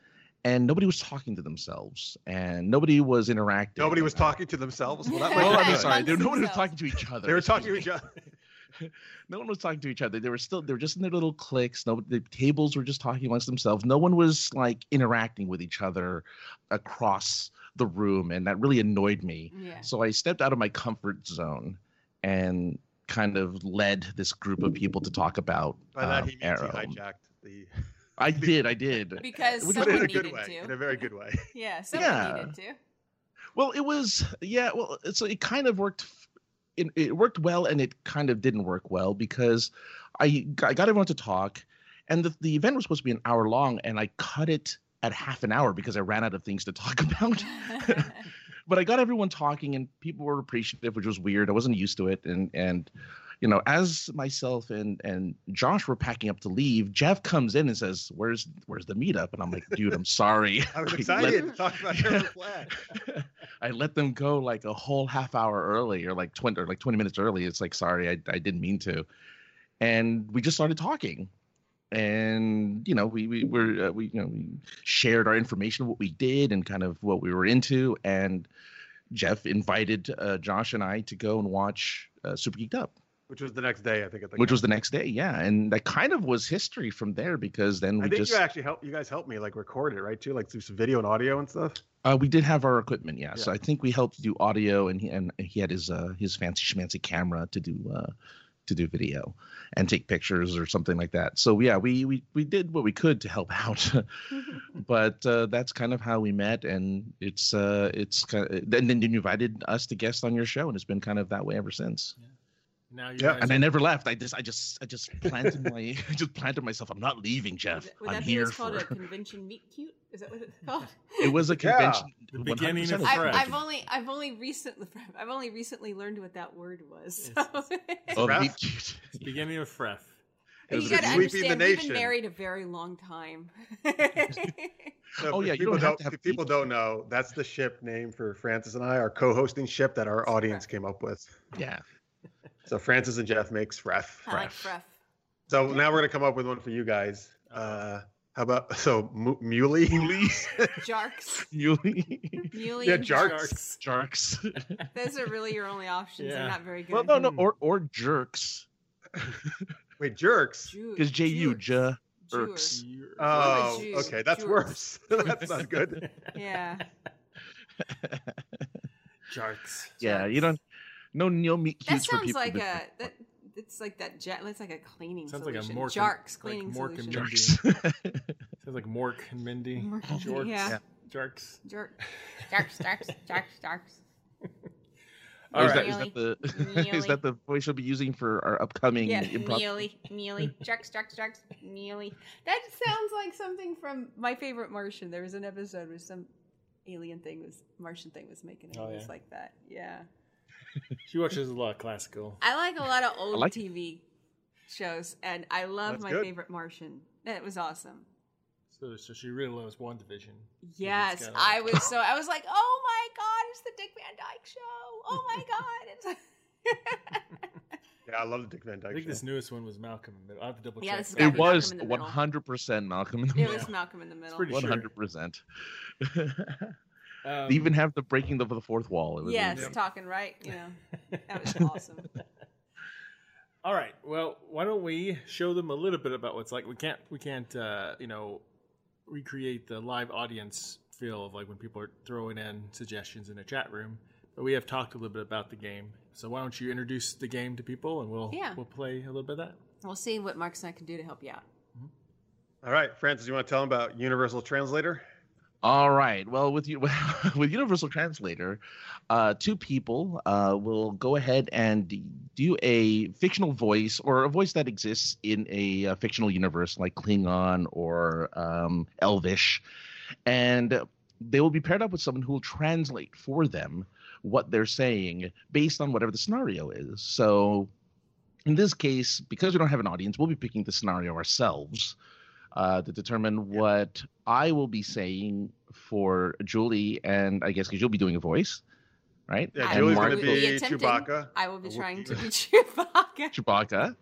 [SPEAKER 6] and nobody was talking to themselves, and nobody was interacting.
[SPEAKER 5] Nobody was
[SPEAKER 6] Uh,
[SPEAKER 5] talking to themselves.
[SPEAKER 6] [laughs]
[SPEAKER 5] Well, that
[SPEAKER 6] Well,
[SPEAKER 5] might be
[SPEAKER 6] I mean,
[SPEAKER 5] good.
[SPEAKER 6] Oh, sorry,
[SPEAKER 4] Amongst
[SPEAKER 6] they- nobody was
[SPEAKER 4] themselves.
[SPEAKER 6] talking to each other.
[SPEAKER 5] They were talking to each other.
[SPEAKER 6] no one was talking to each other. They were still they were just in their little cliques. No, the tables were just talking amongst themselves. No one was like interacting with each other across the room, and that really annoyed me.
[SPEAKER 5] [laughs]
[SPEAKER 4] Yeah.
[SPEAKER 6] So I stepped out of my comfort zone and kind of led this group of people to talk about
[SPEAKER 5] By that
[SPEAKER 6] um,
[SPEAKER 5] he means
[SPEAKER 6] Arrow.
[SPEAKER 5] he hijacked the.
[SPEAKER 6] I did. I did.
[SPEAKER 4] because
[SPEAKER 6] Which-
[SPEAKER 5] but in
[SPEAKER 4] someone
[SPEAKER 5] a good
[SPEAKER 4] needed
[SPEAKER 5] way, in a
[SPEAKER 4] to.
[SPEAKER 5] very good
[SPEAKER 6] [laughs]
[SPEAKER 5] way.
[SPEAKER 4] Yeah, someone
[SPEAKER 6] Yeah.
[SPEAKER 4] needed to.
[SPEAKER 6] Well, it was yeah. Well, so it kind of worked. f- It, it worked well, and it kind of didn't work well because I got, I got everyone to talk, and the, the event was supposed to be an hour long, and I cut it at half an hour because I ran out of things to talk [laughs] about.
[SPEAKER 5] [laughs]
[SPEAKER 4] [laughs]
[SPEAKER 6] but I got everyone talking, and people were appreciative, which was weird. I wasn't used to it, and and you know, as myself and and Josh were packing up to leave, Jeff comes in and says, "Where's where's the meetup?" And I'm like, "Dude, I'm sorry."
[SPEAKER 5] I was
[SPEAKER 6] let-
[SPEAKER 5] excited to talk
[SPEAKER 6] [laughs]
[SPEAKER 5] about
[SPEAKER 6] Yeah.
[SPEAKER 5] Herman Flag.
[SPEAKER 6] I let them go like a whole half hour early or like 20 or like 20 minutes early. It's like, sorry, I, I didn't mean to. And we just started talking and, you know, we, we were, uh, we, you know, we shared our information, what we did and kind of what we were into. And Jeff invited uh, Josh and I to go and watch uh, Super Geeked Up,
[SPEAKER 5] Which was the next day, I think. At the
[SPEAKER 6] which was
[SPEAKER 5] conference.
[SPEAKER 6] the next day. Yeah. And that kind of was history from there because then we
[SPEAKER 5] I think
[SPEAKER 6] just,
[SPEAKER 5] you actually helped. You guys helped me like record it, right? Too, like through some video and audio and stuff.
[SPEAKER 6] Uh, we did have our equipment, yeah. So I think we helped do audio, and he and he had his uh, his fancy schmancy camera to do uh, to do video and take pictures or something like that. So yeah, we we we did what we could to help [laughs]
[SPEAKER 3] [laughs]
[SPEAKER 6] out, but uh, that's kind of how we met, and it's uh it's kind of, then then you invited us to guest on your show, and it's been kind of that way ever since.
[SPEAKER 3] Now you
[SPEAKER 5] Yeah,
[SPEAKER 3] guys
[SPEAKER 6] And
[SPEAKER 3] are-
[SPEAKER 6] I never left. I just I just I just planted my [laughs] I just planted myself. I'm not leaving, Jeff.
[SPEAKER 4] Would
[SPEAKER 6] I'm
[SPEAKER 4] that be
[SPEAKER 6] here
[SPEAKER 4] what's called
[SPEAKER 6] for. [laughs]
[SPEAKER 4] a convention meet cute? Is that what it's called?
[SPEAKER 6] It was a
[SPEAKER 5] Yeah.
[SPEAKER 6] convention.
[SPEAKER 3] The beginning of I've-
[SPEAKER 6] 100%
[SPEAKER 4] I've,
[SPEAKER 3] Correct.
[SPEAKER 4] I've only I've only recently [laughs] I've only recently learned what that word was. So. [laughs]
[SPEAKER 6] of
[SPEAKER 5] Ref.
[SPEAKER 6] the [laughs] cute.
[SPEAKER 3] it's the beginning of Fref.
[SPEAKER 5] It was
[SPEAKER 4] you
[SPEAKER 5] a
[SPEAKER 4] got to
[SPEAKER 5] sweeping
[SPEAKER 4] understand.
[SPEAKER 5] the
[SPEAKER 4] We've been
[SPEAKER 5] nation.
[SPEAKER 4] married a very long
[SPEAKER 5] [laughs]
[SPEAKER 4] time.
[SPEAKER 5] So
[SPEAKER 6] Oh,
[SPEAKER 5] if
[SPEAKER 6] yeah, you
[SPEAKER 5] people
[SPEAKER 6] don't have to have
[SPEAKER 5] if people
[SPEAKER 6] people.
[SPEAKER 5] don't know that's the ship name for Francis and I, our co-hosting ship that our audience came up with.
[SPEAKER 6] Yeah.
[SPEAKER 5] So Francis and Jeff makes ref.
[SPEAKER 4] I like Fref.
[SPEAKER 5] So now we're gonna come up with one for you guys.
[SPEAKER 6] Uh-huh.
[SPEAKER 5] Uh, how about so mu-
[SPEAKER 6] [laughs]
[SPEAKER 5] Muley?
[SPEAKER 4] Jarks.
[SPEAKER 5] [laughs]
[SPEAKER 6] Muley.
[SPEAKER 4] Muley.
[SPEAKER 5] Yeah,
[SPEAKER 4] and
[SPEAKER 5] Jarks.
[SPEAKER 6] Jarks.
[SPEAKER 4] Those are really your only options.
[SPEAKER 3] Yeah.
[SPEAKER 4] They're not very good.
[SPEAKER 6] well, no, no, or or jerks
[SPEAKER 5] Wait, jerks.
[SPEAKER 4] Ju-
[SPEAKER 6] because J U J.
[SPEAKER 4] Jewers.
[SPEAKER 6] irks.
[SPEAKER 5] Oh,
[SPEAKER 4] Jew.
[SPEAKER 5] okay, [laughs] that's
[SPEAKER 4] Jew.
[SPEAKER 5] worse. that's not good. [laughs]
[SPEAKER 4] Yeah.
[SPEAKER 3] [laughs] Jarks.
[SPEAKER 6] Yeah, you don't. No, no meat
[SPEAKER 4] That
[SPEAKER 6] cutes for
[SPEAKER 4] sounds
[SPEAKER 6] people.
[SPEAKER 4] like
[SPEAKER 6] to-
[SPEAKER 4] a that. It's like that. Jet, that's like a cleaning
[SPEAKER 3] Sounds like a
[SPEAKER 4] solution.
[SPEAKER 3] Mork and-
[SPEAKER 4] Jarks
[SPEAKER 3] like
[SPEAKER 4] cleaning
[SPEAKER 3] Mork and
[SPEAKER 4] solution.
[SPEAKER 3] Jarks.
[SPEAKER 6] jerks. [laughs]
[SPEAKER 3] Sounds like Mork and Mindy.
[SPEAKER 4] Mork.
[SPEAKER 3] Jorks.
[SPEAKER 4] Yeah.
[SPEAKER 3] Jarks.
[SPEAKER 4] Jerk. Jarks. Jarks. Jarks. Jarks.
[SPEAKER 6] Or
[SPEAKER 3] All
[SPEAKER 6] is,
[SPEAKER 3] right.
[SPEAKER 6] that, is that the [laughs]
[SPEAKER 4] Muley.
[SPEAKER 6] is that the voice you'll be using for our upcoming
[SPEAKER 4] Yeah,
[SPEAKER 6] improv?
[SPEAKER 4] Neely, Neely, Jerks, Jerks, Jerks, Neely. That sounds like something from my favorite Martian. There was an episode where some alien thing was Martian thing was making it.
[SPEAKER 3] Oh,
[SPEAKER 4] It was
[SPEAKER 3] yeah.
[SPEAKER 4] like that. Yeah,
[SPEAKER 3] She watches a lot of classical.
[SPEAKER 4] I like a lot of old
[SPEAKER 6] like-
[SPEAKER 4] TV shows, and I love
[SPEAKER 5] That's
[SPEAKER 4] my
[SPEAKER 5] good.
[SPEAKER 4] favorite Martian. That was awesome.
[SPEAKER 3] So, so she really loves WandaVision.
[SPEAKER 4] Yes,
[SPEAKER 3] got a-
[SPEAKER 4] I was so I was like, oh my god, it's the Dick Van Dyke Show. Oh my god, it's.
[SPEAKER 3] [laughs]
[SPEAKER 4] [laughs]
[SPEAKER 5] Yeah, I love the Dick Van
[SPEAKER 3] I
[SPEAKER 5] Dyke.
[SPEAKER 3] think
[SPEAKER 5] show.
[SPEAKER 3] this newest one was Malcolm in the Middle. I have to double
[SPEAKER 4] Yeah,
[SPEAKER 3] check.
[SPEAKER 4] this is
[SPEAKER 3] that.
[SPEAKER 6] It
[SPEAKER 4] Malcolm in
[SPEAKER 6] was
[SPEAKER 4] the Middle.
[SPEAKER 6] 100 percent Malcolm in the
[SPEAKER 4] It
[SPEAKER 6] middle.
[SPEAKER 4] was Malcolm in the Middle.
[SPEAKER 3] pretty-
[SPEAKER 6] 100 percent. [laughs]
[SPEAKER 3] Um, [laughs]
[SPEAKER 6] They even have the breaking of the fourth wall. It was
[SPEAKER 4] yes,
[SPEAKER 6] amazing.
[SPEAKER 4] talking right. You know, that was awesome.
[SPEAKER 3] All right. Well, why don't we show them a little bit about what's like? We can't. We can't. Uh, you know, recreate the live audience feel of like when people are throwing in suggestions in a chat room. But we have talked a little bit about the game. So why don't you introduce the game to people and we'll
[SPEAKER 4] Yeah.
[SPEAKER 3] we'll play a little bit of that.
[SPEAKER 4] We'll see what Mark's and I can do to help you out.
[SPEAKER 5] All right, Francis, you want to tell them about Universal Translator?
[SPEAKER 6] All right. Well, with you [laughs] with Universal Translator, uh, two people uh, will go ahead and do a fictional voice or a voice that exists in a uh, fictional universe, like Klingon or um, Elvish, and they will be paired up with someone who will translate for them what they're saying based on whatever the scenario is. So, in this case, because we don't have an audience, we'll be picking the scenario ourselves uh, to determine what I will be saying for Julie, and I guess because you'll be doing a voice, right?
[SPEAKER 5] Yeah,
[SPEAKER 4] I
[SPEAKER 6] and
[SPEAKER 5] Julie's
[SPEAKER 4] will
[SPEAKER 5] going to
[SPEAKER 6] Mark
[SPEAKER 4] be
[SPEAKER 6] will-
[SPEAKER 5] be
[SPEAKER 4] attempting-
[SPEAKER 5] Chewbacca,
[SPEAKER 4] I will be
[SPEAKER 5] Or
[SPEAKER 4] trying
[SPEAKER 5] would
[SPEAKER 4] to
[SPEAKER 5] you-
[SPEAKER 4] be [laughs]
[SPEAKER 5] [laughs]
[SPEAKER 4] Chewbacca.
[SPEAKER 6] Chewbacca.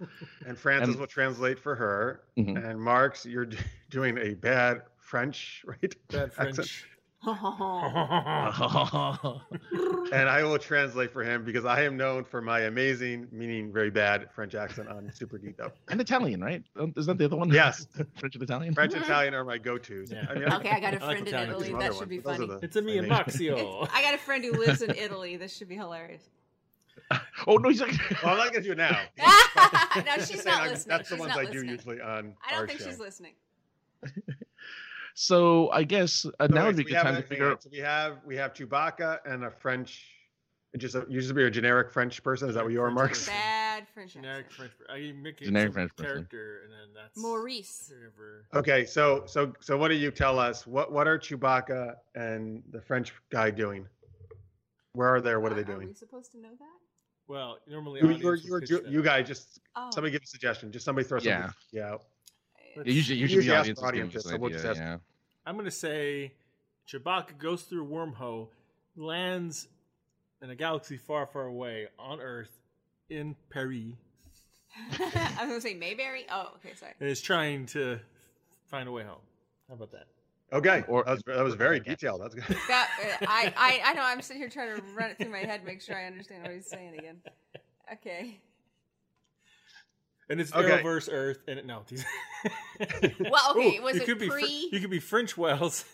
[SPEAKER 5] and Francis
[SPEAKER 6] And-
[SPEAKER 5] will translate for her.
[SPEAKER 6] Mhm.
[SPEAKER 5] And Marks, you're d- doing a bad French, right?
[SPEAKER 3] Bad
[SPEAKER 5] accent.
[SPEAKER 3] French.
[SPEAKER 4] Oh,
[SPEAKER 5] [laughs] And I will translate for him because I am known for my amazing, meaning very bad French accent on Super Geeked Up.
[SPEAKER 6] and Italian, right? Um, Is that the other one?
[SPEAKER 5] Yes,
[SPEAKER 6] [laughs] French and Italian.
[SPEAKER 4] [laughs]
[SPEAKER 5] French and Italian are my go-tos.
[SPEAKER 3] Yeah.
[SPEAKER 5] I mean,
[SPEAKER 4] okay, I got a
[SPEAKER 3] I like
[SPEAKER 4] friend in
[SPEAKER 3] Italian
[SPEAKER 4] Italy.
[SPEAKER 3] people.
[SPEAKER 4] That should be funny.
[SPEAKER 3] it's a me and Boxio.
[SPEAKER 5] Oh.
[SPEAKER 3] [laughs]
[SPEAKER 4] It's- I got a friend who lives in Italy. This should be hilarious.
[SPEAKER 5] [laughs]
[SPEAKER 6] Oh no, he's like. [laughs]
[SPEAKER 5] Well, I'm not going to do it now.
[SPEAKER 4] [laughs] no, she's
[SPEAKER 5] Saying
[SPEAKER 4] not
[SPEAKER 5] I'm- [laughs]
[SPEAKER 4] listening.
[SPEAKER 5] That's the
[SPEAKER 4] she's
[SPEAKER 5] ones
[SPEAKER 4] not
[SPEAKER 5] I do
[SPEAKER 4] listening.
[SPEAKER 5] usually on
[SPEAKER 4] I don't
[SPEAKER 5] our
[SPEAKER 4] think
[SPEAKER 5] show.
[SPEAKER 4] she's listening.
[SPEAKER 6] so I guess uh, now
[SPEAKER 5] Okay, so
[SPEAKER 6] would be a
[SPEAKER 5] we
[SPEAKER 6] good
[SPEAKER 5] have
[SPEAKER 6] time
[SPEAKER 5] a-
[SPEAKER 6] to figure out.
[SPEAKER 5] So we have we have Chewbacca and a French. it Just a, you just be a generic French person. Is that what your
[SPEAKER 3] French
[SPEAKER 5] marks?
[SPEAKER 3] person.
[SPEAKER 4] Bad French
[SPEAKER 3] Generic
[SPEAKER 4] accent.
[SPEAKER 3] French. I make it
[SPEAKER 6] Generic
[SPEAKER 3] some
[SPEAKER 6] French person.
[SPEAKER 3] character, and then that's
[SPEAKER 4] Maurice.
[SPEAKER 3] whoever-
[SPEAKER 5] Okay, so so so what do you tell us? What what are Chewbacca and the French guy doing? Where are they? or What are
[SPEAKER 3] Uh,
[SPEAKER 5] they
[SPEAKER 4] we
[SPEAKER 5] doing?
[SPEAKER 4] supposed to know that?
[SPEAKER 3] Well, normally
[SPEAKER 5] You,
[SPEAKER 3] audience
[SPEAKER 5] you're,
[SPEAKER 3] would
[SPEAKER 5] you're,
[SPEAKER 3] pitch
[SPEAKER 5] you
[SPEAKER 3] that.
[SPEAKER 5] you guys just
[SPEAKER 4] Oh,
[SPEAKER 5] somebody give a suggestion. Just somebody throw something.
[SPEAKER 6] Yeah.
[SPEAKER 5] Yeah. out.
[SPEAKER 6] Yeah, Usually, usually,
[SPEAKER 5] Usually
[SPEAKER 6] the
[SPEAKER 5] ask
[SPEAKER 6] audience,
[SPEAKER 5] the audience
[SPEAKER 6] is giving us
[SPEAKER 5] this,
[SPEAKER 6] an
[SPEAKER 5] so we'll just
[SPEAKER 6] idea,
[SPEAKER 5] ask-
[SPEAKER 6] yeah.
[SPEAKER 3] I'm gonna say Chewbacca goes through a wormhole, lands in a galaxy far, far away on Earth in Paris,
[SPEAKER 4] [laughs] I was gonna say Mayberry. Oh, okay, sorry.
[SPEAKER 3] and is trying to find a way home. How about that?
[SPEAKER 5] Okay.
[SPEAKER 6] Or-
[SPEAKER 5] that was, that was very
[SPEAKER 6] I guess.
[SPEAKER 5] detailed. That's good.
[SPEAKER 4] That uh, I, I I know. I'm sitting here trying to run it through my head, make sure I understand what he's saying again. Okay. [laughs]
[SPEAKER 3] And it's
[SPEAKER 5] Okay.
[SPEAKER 3] Arrowverse Earth, and it, no, these-
[SPEAKER 4] [laughs] Well, okay,
[SPEAKER 3] Ooh,
[SPEAKER 4] was it
[SPEAKER 3] could be Fr-
[SPEAKER 4] pre-
[SPEAKER 3] you could be French Wells.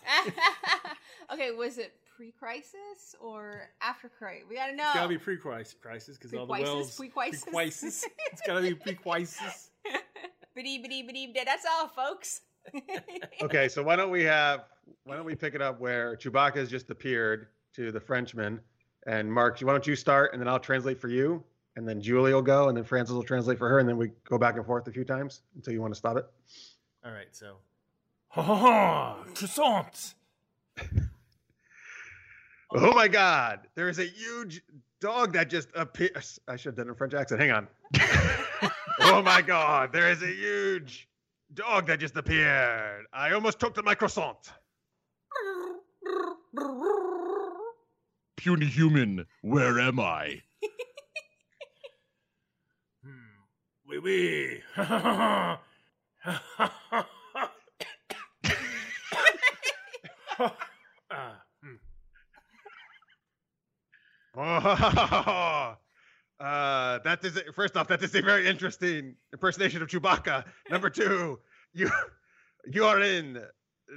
[SPEAKER 4] okay, was it pre-crisis or after crisis? We gotta know.
[SPEAKER 3] It's gotta be pre-crisis because all the
[SPEAKER 4] Oh. Pre-crisis,
[SPEAKER 3] wells.
[SPEAKER 4] pre-crisis.
[SPEAKER 3] pre-crisis. It's gotta be pre-crisis.
[SPEAKER 4] [laughs] Biddy biddy biddy. biddy. That's
[SPEAKER 3] [laughs]
[SPEAKER 4] all, folks.
[SPEAKER 5] okay, so why don't we have why don't we pick it up where Chewbacca has just appeared to the Frenchman, and Mark, why don't you start, and then I'll translate for you, and then Julie will go, and then Francis will translate for her, and then we go back and forth a few times until you want to stop it.
[SPEAKER 3] All right, so. Ha ha ha! Croissant!
[SPEAKER 5] Oh my God, there is a huge dog that just appears. I should have done it in French accent. Hang on. oh my God, there is a huge dog that just appeared. I almost took to my croissant.
[SPEAKER 6] Puny human, where am I?
[SPEAKER 3] Hmm. Wee wee! Ha ha ha! Ha ha ha ha! Ha, ah, hmm.
[SPEAKER 5] [laughs] Oh, uh, that is first off, that is a very interesting impersonation of Chewbacca. Number two, you you are in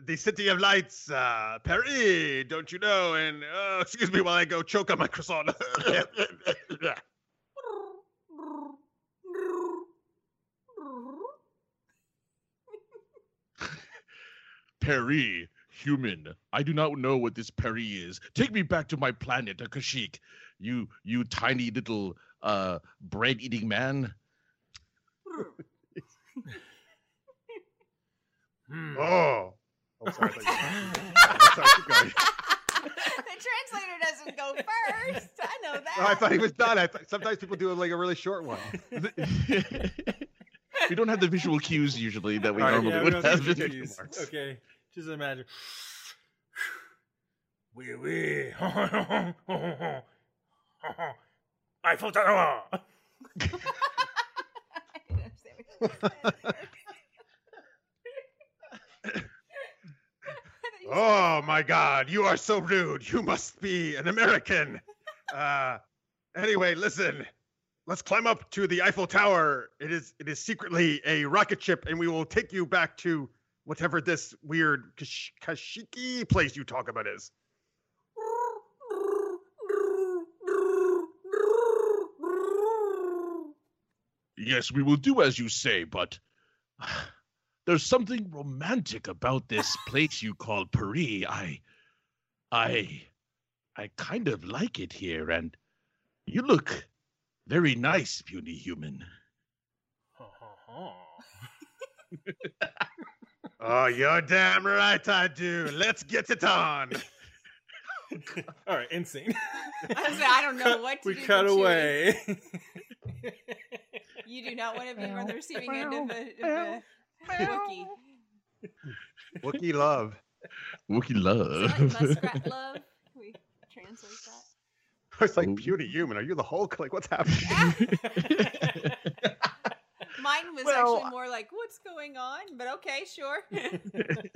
[SPEAKER 5] the city of lights, uh, Paris, don't you know? And uh, excuse me while I go choke on my croissant. [laughs]
[SPEAKER 6] Perry, human. I do not know what this Perry is. Take me back to my planet, Akashik. You, you tiny little uh, bread-eating man.
[SPEAKER 3] Hmm.
[SPEAKER 5] oh. Oh, sorry.
[SPEAKER 4] [laughs] the translator doesn't go first. I know
[SPEAKER 3] Oh,
[SPEAKER 4] that.
[SPEAKER 5] [laughs] I thought he was done. I thought, sometimes people do like a really short one.
[SPEAKER 6] we don't have the visual cues usually that we
[SPEAKER 5] All right,
[SPEAKER 6] normally
[SPEAKER 5] yeah, we
[SPEAKER 6] would
[SPEAKER 5] don't
[SPEAKER 3] have
[SPEAKER 6] have.
[SPEAKER 5] the
[SPEAKER 3] to
[SPEAKER 5] visual
[SPEAKER 3] use-
[SPEAKER 5] marks.
[SPEAKER 3] Okay, just imagine. Wee wee! Ha ha ha ha ha! Ha ha! Eiffel Tower!
[SPEAKER 4] I didn't understand what [laughs] you [laughs] said. I thought you said-
[SPEAKER 5] Oh my God, you are so rude. You must be an American. Uh, anyway, listen. Let's climb up to the Eiffel Tower. It is it is secretly a rocket ship, and we will take you back to whatever this weird Kash- Kashiki place you talk about is.
[SPEAKER 6] Yes, we will do as you say, but [sighs] there's something romantic about this place you call Paris. I, I, I kind of like it here, and you look very nice, puny human.
[SPEAKER 3] Ha ha ha!
[SPEAKER 5] [laughs] Oh, you're damn right I do. Let's get it on.
[SPEAKER 3] [laughs] All right, insane.
[SPEAKER 4] I was like, I don't know
[SPEAKER 3] Cut-
[SPEAKER 4] what
[SPEAKER 3] [laughs]
[SPEAKER 4] to
[SPEAKER 3] we
[SPEAKER 4] do,
[SPEAKER 3] cut
[SPEAKER 4] but you-
[SPEAKER 3] away. [laughs]
[SPEAKER 4] You do not want to be on the receiving end of a, of a Wookiee.
[SPEAKER 5] Wookie love. [laughs]
[SPEAKER 6] Wookie
[SPEAKER 4] Like
[SPEAKER 6] love.
[SPEAKER 4] muskrat love. Can we translate that?
[SPEAKER 5] It's like
[SPEAKER 6] Ooh.
[SPEAKER 5] beauty human. Are you the Hulk? Like what's
[SPEAKER 4] Ah!
[SPEAKER 5] happening?
[SPEAKER 4] Mine was
[SPEAKER 6] Well,
[SPEAKER 4] actually more like, "What's going on?" But okay, sure. [laughs]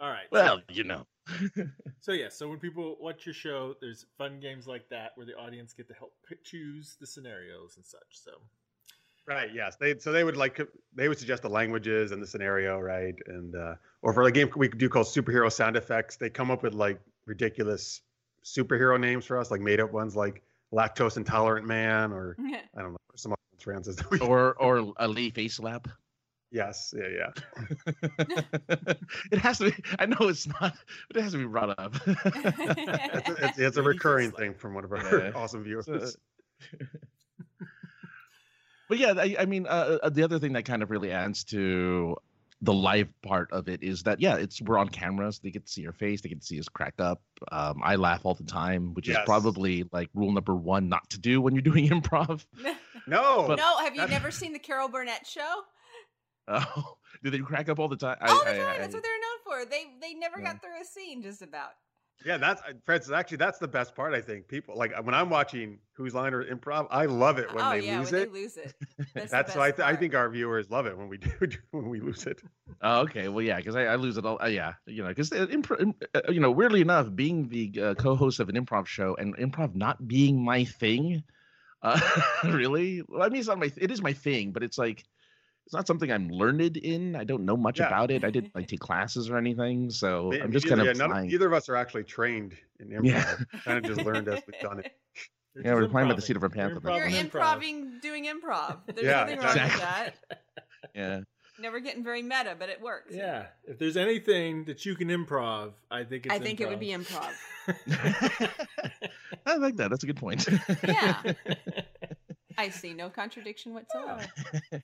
[SPEAKER 3] All right.
[SPEAKER 6] well, you know.
[SPEAKER 3] So yeah, so when people watch your show, there's fun games like that where the audience get to help pick, choose the scenarios and such. So
[SPEAKER 5] Right. Yes. They so they would like they would suggest the languages and the scenario, right? And uh, or for a game we do called superhero sound effects, they come up with like ridiculous superhero names for us, like made up ones like lactose
[SPEAKER 4] Mm.
[SPEAKER 6] Oh.
[SPEAKER 5] intolerant man, or I don't know, some other ones, Francis. that we- [laughs]
[SPEAKER 6] Or or a Lee face slap.
[SPEAKER 5] Yes. Yeah.
[SPEAKER 4] [laughs]
[SPEAKER 5] Yeah.
[SPEAKER 6] [laughs] it has to be. I know it's not, but it has to be brought up.
[SPEAKER 5] [laughs] It's a, it's, it's a recurring thing from one of our
[SPEAKER 6] Yeah.
[SPEAKER 5] [laughs] awesome viewers.
[SPEAKER 6] So- uh, but yeah, I, I mean, uh, uh, the other thing that kind of really adds to the live part of it is that yeah, it's we're on camera, so they get to see your face, they get to see us crack up. Um, I laugh all the time, which
[SPEAKER 5] Yes.
[SPEAKER 6] is probably like rule number one not to do when you're doing [laughs] improv.
[SPEAKER 5] no.
[SPEAKER 6] But-
[SPEAKER 4] no, have you
[SPEAKER 5] that-
[SPEAKER 4] never seen the Carol Burnett show?
[SPEAKER 6] Oh, do they crack up all the time? I-
[SPEAKER 4] oh, that's
[SPEAKER 6] I-
[SPEAKER 4] right.
[SPEAKER 6] I-
[SPEAKER 4] that's what they're known for. They they never
[SPEAKER 6] Yeah.
[SPEAKER 4] got through a scene, just about.
[SPEAKER 5] Yeah, that's uh, Francis. Actually, that's the best part. I think people like when I'm watching Who's Line or Improv, I love it when
[SPEAKER 4] oh
[SPEAKER 5] they
[SPEAKER 4] yeah,
[SPEAKER 5] lose
[SPEAKER 4] when
[SPEAKER 5] it.
[SPEAKER 4] they lose it. That's, the
[SPEAKER 5] that's why I,
[SPEAKER 4] best
[SPEAKER 5] th- I
[SPEAKER 4] part.
[SPEAKER 5] think our viewers love it when we [laughs] do when we lose it.
[SPEAKER 6] Oh, okay. Well, yeah, because I, I lose it all. Uh, yeah, you know, because imp- you know, weirdly enough, being the uh, co-host of an improv show and improv not being my thing, [laughs] uh, really. Well, I mean, it's not my. It is my thing, but it's like it's not something I'm learned in. I don't know much
[SPEAKER 5] Yeah.
[SPEAKER 6] about it.
[SPEAKER 5] [laughs]
[SPEAKER 6] I didn't like take classes or anything, so
[SPEAKER 5] They-
[SPEAKER 6] I'm just
[SPEAKER 5] neither-
[SPEAKER 6] kind
[SPEAKER 5] yeah,
[SPEAKER 6] of
[SPEAKER 5] none of-
[SPEAKER 6] flying.
[SPEAKER 5] Neither of us are actually trained in improv.
[SPEAKER 6] Yeah.
[SPEAKER 5] kind of just learned as we've done
[SPEAKER 6] [laughs]
[SPEAKER 5] it.
[SPEAKER 3] They're
[SPEAKER 6] Yeah,
[SPEAKER 3] just
[SPEAKER 6] we're playing by the seat of our
[SPEAKER 3] improvising.
[SPEAKER 6] pants.
[SPEAKER 3] You're
[SPEAKER 4] [laughs] You're
[SPEAKER 3] Improv.
[SPEAKER 4] improving, doing improv. There's
[SPEAKER 5] Yeah,
[SPEAKER 4] nothing wrong with that.
[SPEAKER 6] yeah.
[SPEAKER 4] Never getting very meta, but it works.
[SPEAKER 3] Yeah. If there's anything that you can improv, I think it's
[SPEAKER 4] I think it would be improv.
[SPEAKER 5] [laughs]
[SPEAKER 6] I like that. That's a good point.
[SPEAKER 4] Yeah. I see no contradiction whatsoever.
[SPEAKER 3] [laughs]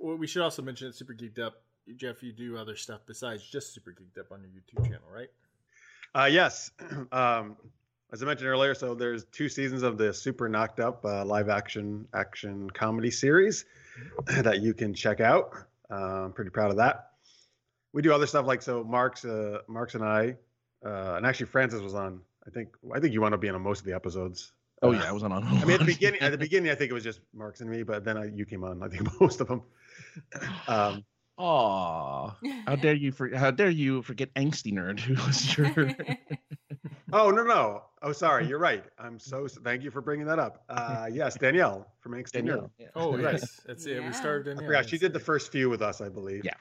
[SPEAKER 3] well, we should also mention that Super Geeked Up, Jeff, you do other stuff besides just Super Geeked Up on your YouTube channel, right?
[SPEAKER 5] Uh, yes, [clears throat] um, as I mentioned earlier, so there's two seasons of the Super Knocked Up uh, live action action comedy series [clears throat] that you can check out. Uh, I'm pretty proud of that. We do other stuff like so. Mark's uh, Mark's and I, uh, and actually Francis was on. I think I think you want to be on most of the episodes.
[SPEAKER 6] [laughs] oh
[SPEAKER 5] Uh,
[SPEAKER 6] yeah, I was on. on
[SPEAKER 5] I mean, at
[SPEAKER 6] [laughs]
[SPEAKER 5] the beginning, at the beginning, I think it was just Mark's and me, but then I, you came on. I think [laughs] most of them. [clears throat] Um,
[SPEAKER 6] Aw.
[SPEAKER 5] Oh.
[SPEAKER 4] [laughs]
[SPEAKER 6] How dare you? For, how dare you forget angsty nerd who
[SPEAKER 4] [laughs]
[SPEAKER 6] was your
[SPEAKER 5] oh no, no. Oh,
[SPEAKER 6] [laughs]
[SPEAKER 5] sorry. You're right. I'm so. Thank you for bringing that up. Uh, yes, Danielle from Angst and Nerd.
[SPEAKER 6] Danielle? Yeah.
[SPEAKER 3] Oh,
[SPEAKER 5] Right.
[SPEAKER 3] yes. That's it. We
[SPEAKER 4] Yeah.
[SPEAKER 3] started in
[SPEAKER 5] I
[SPEAKER 3] here.
[SPEAKER 5] forgot. She did the first few with us, I believe.
[SPEAKER 6] Yeah.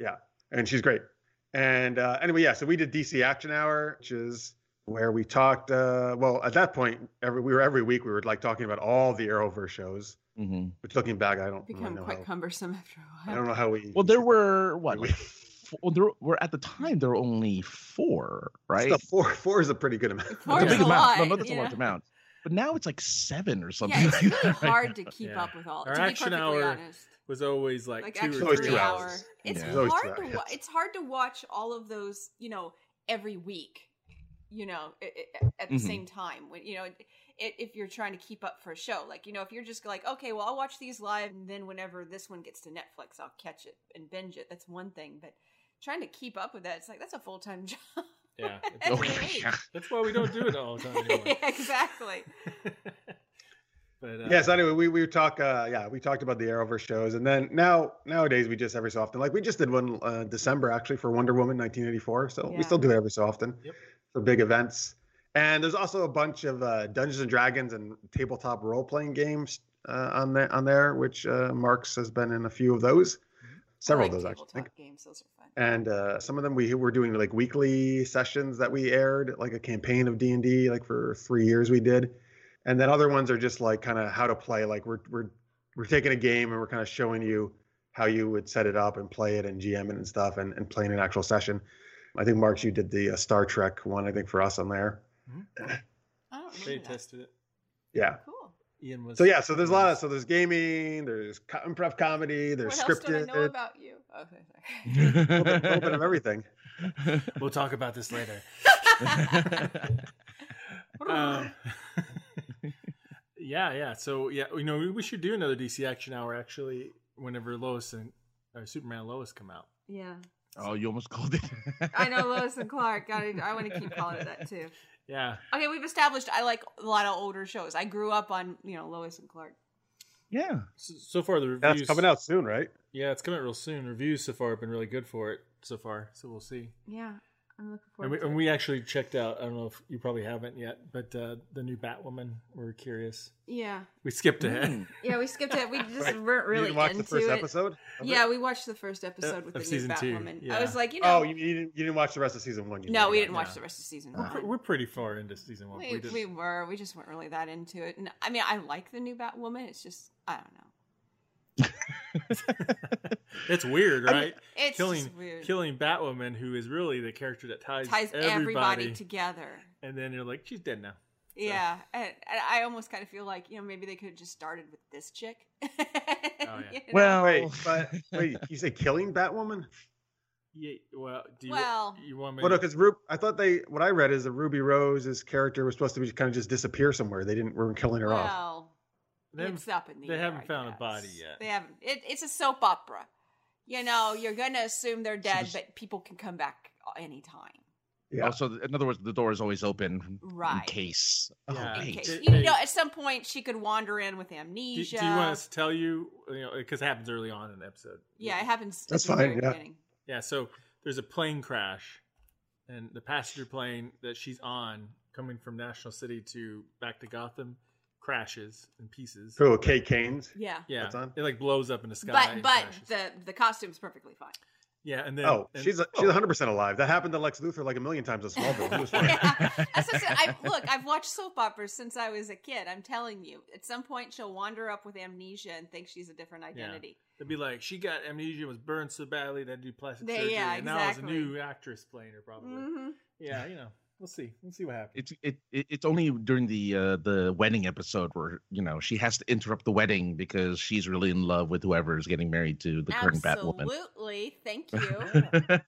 [SPEAKER 3] Yeah.
[SPEAKER 5] [laughs] And she's great. And uh, anyway, yeah, so we did DC Action Hour, which is where we talked. Uh, well, at that point, every we were every week we were like talking about all the Arrowverse shows.
[SPEAKER 6] hmm
[SPEAKER 5] Which looking back, I don't really
[SPEAKER 4] Become
[SPEAKER 5] know
[SPEAKER 4] quite
[SPEAKER 5] how,
[SPEAKER 4] cumbersome after a
[SPEAKER 5] I
[SPEAKER 4] while.
[SPEAKER 5] don't know how we. [laughs]
[SPEAKER 6] Well, there were what?
[SPEAKER 5] We-
[SPEAKER 6] Like, f- well, there were at the time there were only four, right?
[SPEAKER 5] Still, four four is a pretty good amount.
[SPEAKER 4] Four
[SPEAKER 6] That's
[SPEAKER 4] is
[SPEAKER 6] a big
[SPEAKER 4] a
[SPEAKER 6] amount. No,
[SPEAKER 4] lot,
[SPEAKER 6] no, that's
[SPEAKER 4] you
[SPEAKER 6] a large
[SPEAKER 4] know?
[SPEAKER 6] amount. But now it's like seven or something.
[SPEAKER 4] Yeah, it's
[SPEAKER 6] [laughs] like
[SPEAKER 4] really
[SPEAKER 5] [laughs]
[SPEAKER 6] that, right?
[SPEAKER 3] [laughs]
[SPEAKER 4] hard to keep
[SPEAKER 3] Yeah.
[SPEAKER 4] up with all.
[SPEAKER 3] Our
[SPEAKER 4] to be
[SPEAKER 3] action
[SPEAKER 4] perfectly
[SPEAKER 3] hour
[SPEAKER 4] honest,
[SPEAKER 3] Was always like,
[SPEAKER 4] like
[SPEAKER 3] two
[SPEAKER 4] actually
[SPEAKER 3] or
[SPEAKER 5] always
[SPEAKER 4] three
[SPEAKER 5] two
[SPEAKER 4] hour.
[SPEAKER 5] hours.
[SPEAKER 4] It's
[SPEAKER 6] Yeah.
[SPEAKER 5] It's always
[SPEAKER 4] hard
[SPEAKER 5] two
[SPEAKER 4] to. Wa-
[SPEAKER 5] hours.
[SPEAKER 4] it's hard to watch all of those. You know, every week. You know, i- i- at the
[SPEAKER 6] Mhm.
[SPEAKER 4] same time, when you know, it, if you're trying to keep up for a show, like you know, if you're just like, okay, well, I'll watch these live, and then whenever this one gets to Netflix, I'll catch it and binge it. That's one thing, but trying to keep up with that, it's like that's a full time [laughs] job.
[SPEAKER 3] Yeah.
[SPEAKER 4] That's
[SPEAKER 6] Okay,
[SPEAKER 4] what I mean.
[SPEAKER 6] yeah.
[SPEAKER 3] That's why we don't do it all the time anymore.
[SPEAKER 4] [laughs] exactly.
[SPEAKER 3] [laughs] but, uh,
[SPEAKER 5] yeah so anyway we, we talk uh yeah we talked about the arrowverse shows and then now nowadays we just every so often like we just did one uh december actually for wonder woman 1984 so
[SPEAKER 4] Yeah.
[SPEAKER 5] we still do it every so often
[SPEAKER 3] Yep.
[SPEAKER 5] for big events and there's also a bunch of uh dungeons and dragons and tabletop role-playing games uh on there on there which uh marks has been in a few of those
[SPEAKER 3] Mm-hmm.
[SPEAKER 5] several
[SPEAKER 4] I like
[SPEAKER 5] of those actually I think
[SPEAKER 4] tabletop games. Those are fun.
[SPEAKER 5] and uh, some of them we were doing like weekly sessions that we aired like a campaign of d&d like for three years we did and then other ones are just like kind of how to play like we're, we're we're taking a game and we're kind of showing you how you would set it up and play it and gm it and stuff and, and playing an actual session i think marks you did the uh, star trek one i think for us on there
[SPEAKER 4] I don't
[SPEAKER 3] they
[SPEAKER 4] remember that.
[SPEAKER 3] tested it.
[SPEAKER 5] yeah
[SPEAKER 4] Cool.
[SPEAKER 3] Ian was.
[SPEAKER 5] so yeah so there's a lot of so there's gaming there's co- improv comedy there's
[SPEAKER 4] what else
[SPEAKER 5] scripted
[SPEAKER 4] do I know about you? Okay, sorry.
[SPEAKER 5] a little bit- a little bit of everything
[SPEAKER 3] We'll talk about this later.
[SPEAKER 6] [laughs]
[SPEAKER 4] [laughs]
[SPEAKER 3] Um, [laughs] yeah, yeah. So yeah, you know, we- we should do another DC Action Hour actually. Whenever Lois and or Superman and Lois come out,
[SPEAKER 4] yeah,
[SPEAKER 6] oh, you almost called it.
[SPEAKER 4] I know
[SPEAKER 6] [laughs]
[SPEAKER 4] Lois and Clark. I, I want to keep calling it that too.
[SPEAKER 3] yeah,
[SPEAKER 4] Okay, we've established I like a lot of older shows. I grew up on you know Lois and Clark.
[SPEAKER 6] Yeah.
[SPEAKER 3] so, so far the reviews
[SPEAKER 5] that's coming out soon right
[SPEAKER 3] Yeah, it's coming out real soon. Reviews so far have been really good for it so far, so we'll see.
[SPEAKER 4] Yeah, I'm looking
[SPEAKER 3] And we, and we actually checked out. I don't know if you probably haven't yet, but uh, the new Batwoman. We were curious.
[SPEAKER 4] Yeah,
[SPEAKER 3] We skipped ahead.
[SPEAKER 6] Mm.
[SPEAKER 4] yeah, we skipped it.
[SPEAKER 3] [laughs]
[SPEAKER 4] We just
[SPEAKER 5] Right.
[SPEAKER 4] weren't
[SPEAKER 5] you
[SPEAKER 4] really
[SPEAKER 5] didn't watch
[SPEAKER 4] into
[SPEAKER 5] the first
[SPEAKER 4] it.
[SPEAKER 5] episode of it?
[SPEAKER 4] Yeah, we watched the first episode with
[SPEAKER 3] of
[SPEAKER 4] the new
[SPEAKER 3] season two,
[SPEAKER 4] Batwoman.
[SPEAKER 3] yeah.
[SPEAKER 4] I was like, you know,
[SPEAKER 5] oh, you, you, didn't, you didn't watch the rest of season one. You
[SPEAKER 4] no,
[SPEAKER 5] mean.
[SPEAKER 4] we didn't
[SPEAKER 3] Yeah.
[SPEAKER 4] watch the rest of season
[SPEAKER 3] We're, pre-
[SPEAKER 4] one.
[SPEAKER 3] we're pretty far into season one.
[SPEAKER 4] We,
[SPEAKER 3] We, just,
[SPEAKER 4] we were. We just weren't really that into it. And I mean, I like the new Batwoman. It's just I don't know.
[SPEAKER 3] it's weird,
[SPEAKER 6] I mean,
[SPEAKER 3] right?
[SPEAKER 4] It's
[SPEAKER 3] killing
[SPEAKER 4] just weird.
[SPEAKER 3] killing Batwoman, who is really the character that ties,
[SPEAKER 4] ties
[SPEAKER 3] everybody,
[SPEAKER 4] everybody together.
[SPEAKER 3] and then you're like, she's dead now.
[SPEAKER 4] Yeah, and, and I almost kind of feel like you know maybe they could have just started with this chick. [laughs]
[SPEAKER 3] Oh, yeah.
[SPEAKER 4] You know?
[SPEAKER 6] Well,
[SPEAKER 5] Wait, but wait, you say killing Batwoman?
[SPEAKER 3] Yeah, well, do you,
[SPEAKER 4] Well-
[SPEAKER 3] you want me?
[SPEAKER 5] Well, no, because Ru- I thought they what I read is that Ruby Rose's character was supposed to be kind of just disappear somewhere. They didn't weren't killing her off.
[SPEAKER 4] well,
[SPEAKER 3] They haven't-
[SPEAKER 4] it's up in the
[SPEAKER 3] they
[SPEAKER 4] air,
[SPEAKER 3] haven't
[SPEAKER 4] I
[SPEAKER 3] found a
[SPEAKER 4] guess.
[SPEAKER 3] body yet.
[SPEAKER 4] They haven't. It, it's a soap opera. You know, you're gonna assume they're dead,
[SPEAKER 6] just-
[SPEAKER 4] but people can come back anytime.
[SPEAKER 5] Yeah.
[SPEAKER 6] Also, in other words, the door is always open in
[SPEAKER 4] Right.
[SPEAKER 6] case.
[SPEAKER 3] Yeah.
[SPEAKER 6] Oh,
[SPEAKER 4] In
[SPEAKER 3] Right.
[SPEAKER 6] wait.
[SPEAKER 4] case,
[SPEAKER 3] They-
[SPEAKER 4] you
[SPEAKER 3] they-
[SPEAKER 4] know, at some point she could wander in with
[SPEAKER 3] do,
[SPEAKER 4] amnesia.
[SPEAKER 3] do you want us to tell you? You know, because it happens early on in the episode.
[SPEAKER 4] Yeah, it happens. at
[SPEAKER 5] That's
[SPEAKER 4] the
[SPEAKER 5] fine,
[SPEAKER 4] very
[SPEAKER 5] yeah.
[SPEAKER 4] beginning.
[SPEAKER 3] Yeah, so there's a plane crash, and the passenger plane that she's on, coming from National City to back to Gotham, crashes in pieces.
[SPEAKER 5] Who? Kay Kane's.
[SPEAKER 4] Yeah.
[SPEAKER 3] Yeah,
[SPEAKER 5] That's on?
[SPEAKER 3] it like blows up in the sky.
[SPEAKER 4] But
[SPEAKER 3] and
[SPEAKER 4] but
[SPEAKER 3] crashes.
[SPEAKER 4] the the costume's perfectly fine.
[SPEAKER 3] yeah, and then
[SPEAKER 5] Oh,
[SPEAKER 3] and-
[SPEAKER 5] she's she's 100 percent alive. That happened to Lex Luthor like a million times in
[SPEAKER 4] [laughs]
[SPEAKER 5] Smallville. He was fine.
[SPEAKER 4] Yeah. That's what I, I- look, I've watched soap operas since I was a kid. I'm telling you, at some point she'll wander up with amnesia and think she's a different identity.
[SPEAKER 3] They'd be like, she got amnesia, was burned so badly that do plastic
[SPEAKER 4] They-
[SPEAKER 3] surgery,
[SPEAKER 4] yeah,
[SPEAKER 3] and now it's a
[SPEAKER 4] exactly.
[SPEAKER 3] new actress playing her, probably.
[SPEAKER 4] hmm
[SPEAKER 3] Yeah, you know, we'll see. We'll see what happens.
[SPEAKER 6] It's it, it it's only during the uh, the wedding episode where you know she has to interrupt the wedding because she's really in love with whoever is getting married to the current Batwoman.
[SPEAKER 4] Absolutely, thank you.
[SPEAKER 3] Yeah.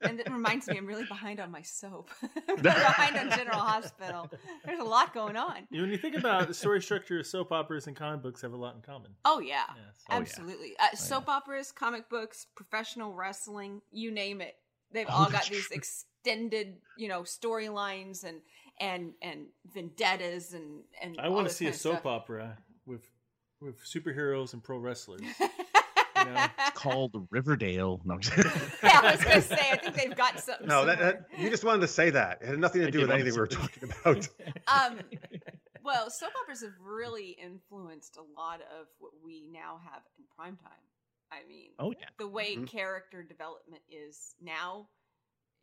[SPEAKER 4] and it reminds me, I'm really behind on my soap. [laughs] I'm really behind on General Hospital. There's a lot going on.
[SPEAKER 3] when you think about it, the
[SPEAKER 4] [laughs]
[SPEAKER 3] story structure of soap operas and comic books have a lot in common.
[SPEAKER 4] Oh yeah,
[SPEAKER 3] Yeah, so-
[SPEAKER 6] yeah.
[SPEAKER 4] absolutely.
[SPEAKER 5] Oh,
[SPEAKER 4] Uh, soap operas, comic books, professional wrestling, you name it. They've all
[SPEAKER 6] Oh,
[SPEAKER 4] got
[SPEAKER 5] [laughs]
[SPEAKER 6] that's
[SPEAKER 4] these
[SPEAKER 6] true.
[SPEAKER 4] extended, you know, storylines and and and vendettas and and
[SPEAKER 3] I
[SPEAKER 4] want to
[SPEAKER 3] see a soap
[SPEAKER 4] [laughs]
[SPEAKER 3] opera with with superheroes and pro wrestlers.
[SPEAKER 4] opera.
[SPEAKER 3] know,
[SPEAKER 6] Called Riverdale. No, I'm just-
[SPEAKER 4] [laughs] yeah, I was gonna say. I think they've got something.
[SPEAKER 5] No,
[SPEAKER 4] [laughs]
[SPEAKER 5] that,
[SPEAKER 4] somewhere.
[SPEAKER 5] that you just wanted to say that. It had nothing to
[SPEAKER 6] I
[SPEAKER 5] do with
[SPEAKER 6] give up.
[SPEAKER 5] anything we were talking about. [laughs]
[SPEAKER 4] Um, well, soap operas have really influenced a lot of what we now have in primetime. I mean,
[SPEAKER 6] [laughs] oh yeah.
[SPEAKER 4] the way
[SPEAKER 5] Mhm.
[SPEAKER 4] character development is now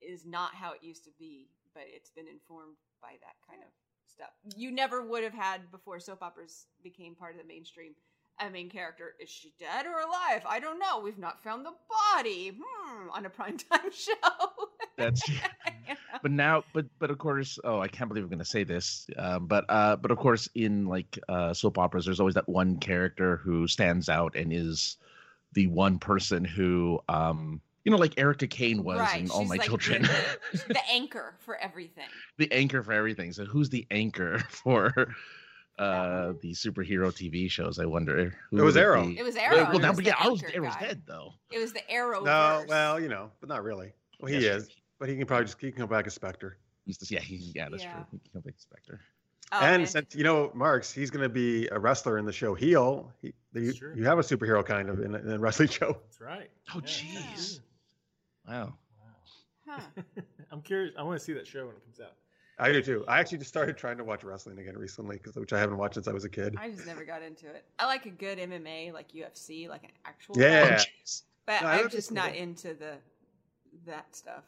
[SPEAKER 4] is not how it used to be, but it's been informed by that kind of stuff. You never would have had before soap operas became part of the mainstream. A main character is she dead or alive? I don't know. We've not found the body. Hmm, on a primetime [laughs] show. [laughs]
[SPEAKER 6] That's
[SPEAKER 4] You know?
[SPEAKER 6] but now but but of course oh i can't believe i'm going to say this um, but uh but of course in like uh soap operas there's always that one character who stands out and is the one person who um you know like erica kane was in all
[SPEAKER 4] she's
[SPEAKER 6] my
[SPEAKER 4] like
[SPEAKER 6] children
[SPEAKER 4] The, [laughs] the anchor for everything.
[SPEAKER 6] [laughs] the anchor for everything so who's the anchor [laughs] for uh
[SPEAKER 4] one?
[SPEAKER 6] the superhero tv shows i wonder Who
[SPEAKER 5] It was
[SPEAKER 6] would
[SPEAKER 5] Arrow.
[SPEAKER 6] be?
[SPEAKER 4] It was
[SPEAKER 6] Well,
[SPEAKER 4] Arrow.
[SPEAKER 6] well,
[SPEAKER 4] It
[SPEAKER 6] now,
[SPEAKER 4] was
[SPEAKER 6] but
[SPEAKER 4] the
[SPEAKER 6] yeah, I was
[SPEAKER 4] anchor
[SPEAKER 6] Arrow's
[SPEAKER 4] guy.
[SPEAKER 6] dead though.
[SPEAKER 4] It was the Arrow.
[SPEAKER 5] no, well, you know, but not really. Well, he
[SPEAKER 6] Yeah,
[SPEAKER 5] is, but he can probably just he can come back as Spectre.
[SPEAKER 6] He's just, yeah, he, yeah, that's
[SPEAKER 4] Yeah.
[SPEAKER 6] true. He can be Spectre.
[SPEAKER 4] Oh,
[SPEAKER 5] and since you know Marks, he's going to be a wrestler in the show Heel. He, you,
[SPEAKER 3] That's true.
[SPEAKER 5] you have a superhero kind of in, a- in a wrestling [laughs] show.
[SPEAKER 3] That's right.
[SPEAKER 6] Oh,
[SPEAKER 3] Yeah, that's
[SPEAKER 6] jeez. Wow.
[SPEAKER 4] Huh.
[SPEAKER 3] true. [laughs] I'm curious. I want to see that show when it comes out.
[SPEAKER 5] I do too. I actually just started trying to watch wrestling again recently, 'cause- which I haven't watched since I was a kid.
[SPEAKER 4] I just never got into it. I like a good MMA, like UFC, like an actual.
[SPEAKER 5] Yeah.
[SPEAKER 4] fight,
[SPEAKER 6] jeez.
[SPEAKER 4] but
[SPEAKER 5] No, I
[SPEAKER 4] I'm
[SPEAKER 5] don't
[SPEAKER 4] just
[SPEAKER 5] think-
[SPEAKER 4] not into the that stuff.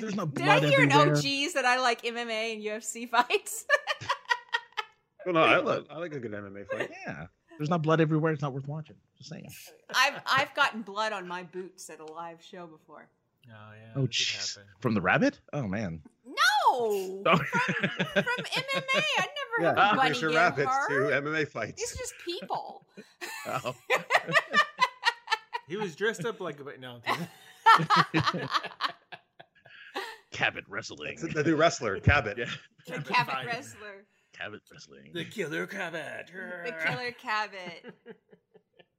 [SPEAKER 6] There's no
[SPEAKER 4] [laughs] Did
[SPEAKER 6] blood
[SPEAKER 4] I hear
[SPEAKER 6] everywhere.
[SPEAKER 4] an OGs that I like MMA and UFC [laughs] fights?
[SPEAKER 5] Well, no, I, love, I like a good MMA fight.
[SPEAKER 6] Yeah. There's not blood everywhere. It's not worth watching. Just saying.
[SPEAKER 4] I've I've gotten blood on my boots at a live show before.
[SPEAKER 3] Oh yeah.
[SPEAKER 6] Oh,
[SPEAKER 3] that did
[SPEAKER 6] jeez.
[SPEAKER 3] happen.
[SPEAKER 6] From the rabbit? Oh, man.
[SPEAKER 5] [laughs]
[SPEAKER 4] No,
[SPEAKER 6] Oh.
[SPEAKER 4] from MMA, I never
[SPEAKER 5] Yeah,
[SPEAKER 4] have a
[SPEAKER 5] from
[SPEAKER 4] bunny
[SPEAKER 5] British
[SPEAKER 4] get
[SPEAKER 5] rabbits to
[SPEAKER 4] hurt.
[SPEAKER 5] MMA
[SPEAKER 4] These are
[SPEAKER 5] fights.
[SPEAKER 4] just people.
[SPEAKER 6] Oh.
[SPEAKER 3] He was dressed up like a but no. I'm kidding.
[SPEAKER 6] Cabot wrestling.
[SPEAKER 5] It's the new wrestler, Cabot.
[SPEAKER 6] Yeah.
[SPEAKER 4] the
[SPEAKER 3] Fighting.
[SPEAKER 4] Cabot wrestler,
[SPEAKER 6] Cabot wrestling.
[SPEAKER 3] [laughs] The killer Cabot.
[SPEAKER 4] the killer Cabot.
[SPEAKER 3] [laughs]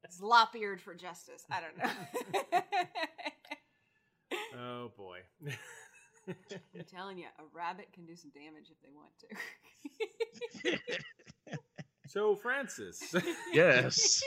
[SPEAKER 4] It's lop-eared for justice. I don't know. [laughs]
[SPEAKER 3] Oh boy. [laughs]
[SPEAKER 4] I'm telling you, a rabbit can do some damage if they want
[SPEAKER 3] so Francis,
[SPEAKER 6] [laughs]
[SPEAKER 4] to.
[SPEAKER 6] [laughs] yes.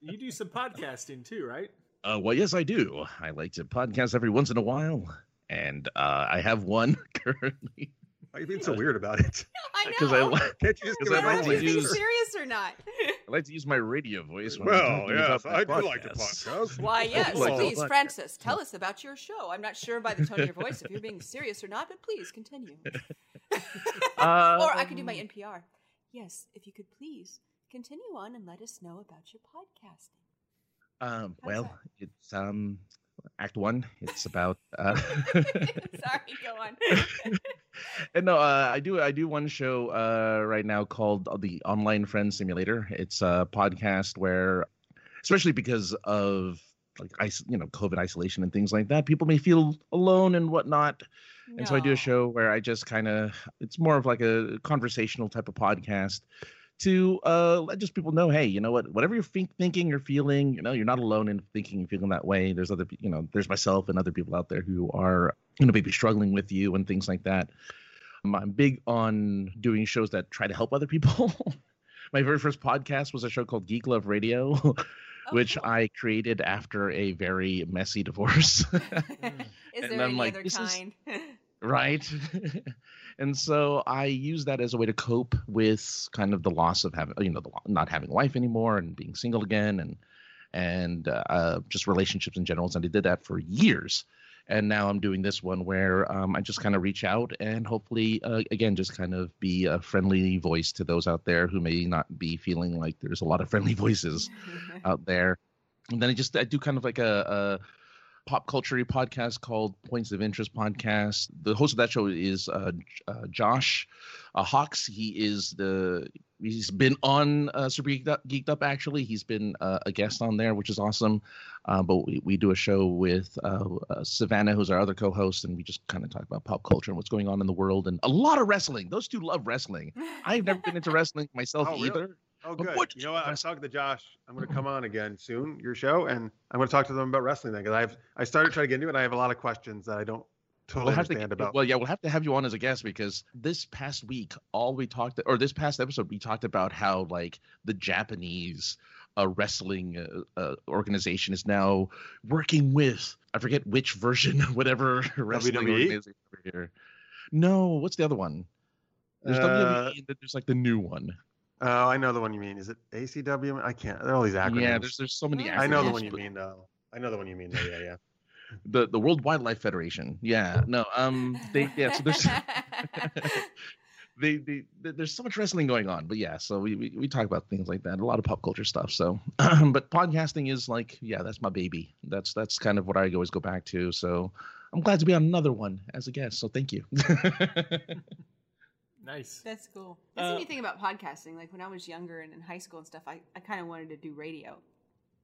[SPEAKER 3] you do some podcasting too, right?
[SPEAKER 6] Uh, well, yes, I do. I like to podcast every once in a while. And uh, I have one [laughs] currently.
[SPEAKER 5] Why are you being so weird about it? [laughs]
[SPEAKER 4] I
[SPEAKER 6] Because I,
[SPEAKER 4] know.
[SPEAKER 6] [laughs] li-
[SPEAKER 5] Can't you just
[SPEAKER 6] 'Cause
[SPEAKER 5] give
[SPEAKER 4] I
[SPEAKER 5] it
[SPEAKER 4] don't
[SPEAKER 6] like
[SPEAKER 4] know
[SPEAKER 5] back
[SPEAKER 4] if
[SPEAKER 5] to
[SPEAKER 4] he's
[SPEAKER 6] to
[SPEAKER 4] being
[SPEAKER 6] use-
[SPEAKER 5] the
[SPEAKER 4] serious or
[SPEAKER 6] [laughs]
[SPEAKER 4] not.
[SPEAKER 6] I like to use my radio voice. When I'm
[SPEAKER 5] Well,
[SPEAKER 6] talking about
[SPEAKER 5] yes,
[SPEAKER 6] my
[SPEAKER 5] I do like to
[SPEAKER 6] podcast.
[SPEAKER 5] podcast.
[SPEAKER 4] Why, yes,
[SPEAKER 6] Like-
[SPEAKER 4] please,
[SPEAKER 6] like-
[SPEAKER 4] Francis, tell us about your show. I'm not sure by the tone of your voice if you're being serious or not, but please
[SPEAKER 6] [laughs]
[SPEAKER 4] continue. [laughs]
[SPEAKER 6] Uh, Um,
[SPEAKER 4] or I could do my NPR. Yes, if you could please Continue on and let us know about your
[SPEAKER 6] [laughs]
[SPEAKER 4] podcasting. [laughs]
[SPEAKER 6] Um,
[SPEAKER 4] How's
[SPEAKER 6] well,
[SPEAKER 4] that?
[SPEAKER 6] it's um, Act One. It's about. Uh,
[SPEAKER 4] [laughs]
[SPEAKER 6] [laughs]
[SPEAKER 4] Sorry, go on.
[SPEAKER 6] and no, uh, I do. I do one show uh, right now called the Online Friend Simulator. It's a podcast where, especially because of like is- you know COVID isolation and things like that, people may feel alone and whatnot. And so I do
[SPEAKER 4] No.
[SPEAKER 6] a show where I just kind of it's more of like a conversational type of podcast to uh let just people know hey you know what whatever you're think, thinking or feeling you know you're not alone in thinking and feeling that way there's other pe- you know there's myself and other people out there who are you know maybe struggling with you and things like that um, i'm big on doing shows that try to help other people [laughs] my very first podcast was a show called geek love radio [laughs]
[SPEAKER 4] Oh,
[SPEAKER 6] which
[SPEAKER 4] cool.
[SPEAKER 6] i created after a very messy divorce
[SPEAKER 4] [laughs]
[SPEAKER 6] [laughs]
[SPEAKER 4] Is
[SPEAKER 6] And
[SPEAKER 4] there
[SPEAKER 6] I'm
[SPEAKER 4] any
[SPEAKER 6] like,
[SPEAKER 4] other
[SPEAKER 6] this is-
[SPEAKER 4] kind? [laughs]
[SPEAKER 6] right and so i use that as a way to cope with kind of the loss of having you know the, lo- not having a wife anymore and being single again and and uh, uh, just relationships in general and i did that for years and now i'm doing this one where um, i just kind of reach out and hopefully uh, again just kind of be a friendly voice to those out there who may not be feeling like there's a lot of friendly [laughs] voices out there. And then I just I do kind of like a, a pop culture podcast called Points of Interest podcast. The host of that show is uh, J- uh, Josh uh, Hawks. He is the he's been on uh, Super Geeked Up, Geeked Up actually. He's been uh, a guest on there, which is awesome. Uh, but we, we do a show with uh, uh, Savannah, who's our other co-host, and we just kind of talk about pop culture and what's going on in the world and a lot of wrestling. Those two love wrestling. [laughs] I've never been into wrestling myself
[SPEAKER 5] Oh, really?
[SPEAKER 6] either.
[SPEAKER 5] Oh,
[SPEAKER 6] But
[SPEAKER 5] good.
[SPEAKER 6] what-
[SPEAKER 5] You know what? I'm talking to Josh. I'm going to come on again soon, your show, and I'm going to talk to them about wrestling then because I've I started trying to get into it. And I have a lot of questions that I don't totally
[SPEAKER 6] we'll have to,
[SPEAKER 5] understand about.
[SPEAKER 6] Well, yeah, we'll have to have you on as a guest because this past week, all we talked, or this past episode, we talked about how like the Japanese uh, wrestling uh, uh, organization is now working with I forget which version, whatever [laughs] wrestling
[SPEAKER 5] WWE?
[SPEAKER 6] organization over here. No, what's the other one? There's
[SPEAKER 5] Uh,
[SPEAKER 6] WWE, and then there's like the new one.
[SPEAKER 5] oh, I know the one you mean. Is it ACW? I can't. There are all these acronyms.
[SPEAKER 6] Yeah, there's there's so many.
[SPEAKER 4] I
[SPEAKER 5] I know the
[SPEAKER 6] acronyms,
[SPEAKER 5] one you
[SPEAKER 6] but-
[SPEAKER 5] mean though. I know the one you mean though. Yeah, yeah.
[SPEAKER 6] The the World Wildlife Federation. Yeah, no, um, they yeah. So
[SPEAKER 5] [laughs]
[SPEAKER 6] there's [laughs] they, they, th- there's so much wrestling going on, but yeah, so we, we, we talk about things like that, a lot of pop culture stuff. So, [clears throat] but podcasting is like, yeah, that's my baby. That's that's kind of what I always go back to. So, I'm glad to be on another one as a guest. So, thank you.
[SPEAKER 3] Nice.
[SPEAKER 4] [laughs] That's cool. That's
[SPEAKER 3] Uh,
[SPEAKER 4] the neat thing about podcasting. Like when I was younger and in high school and stuff, I, I kind of wanted to do radio.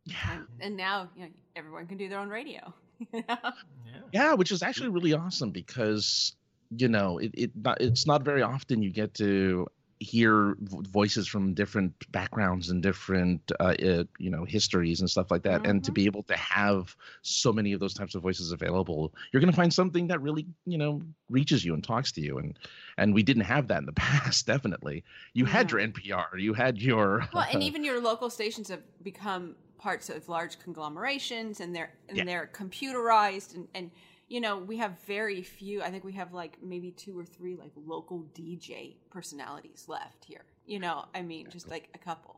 [SPEAKER 6] yeah, [sighs]
[SPEAKER 4] And, and now, you know, everyone can do their own radio. [laughs] You know?
[SPEAKER 3] Yeah.
[SPEAKER 6] yeah, which is actually really awesome because you know it, it not, it's not very often you get to hear vo- voices from different backgrounds and different uh, uh, you know histories and stuff like that and to
[SPEAKER 4] Mhm.
[SPEAKER 6] be able to have so many of those types of voices available you're going to find something that really you know reaches you and talks to you and and we didn't have that in the [laughs] past definitely you had
[SPEAKER 4] Yeah.
[SPEAKER 6] your npr you had your
[SPEAKER 4] Well,
[SPEAKER 6] [laughs]
[SPEAKER 4] and even your local stations have become parts of large conglomerations, and they're and
[SPEAKER 6] Yeah.
[SPEAKER 4] they're computerized, and and you know we have very few. I think we have like maybe two or three like local DJ personalities left here. You know, I mean, just like a couple.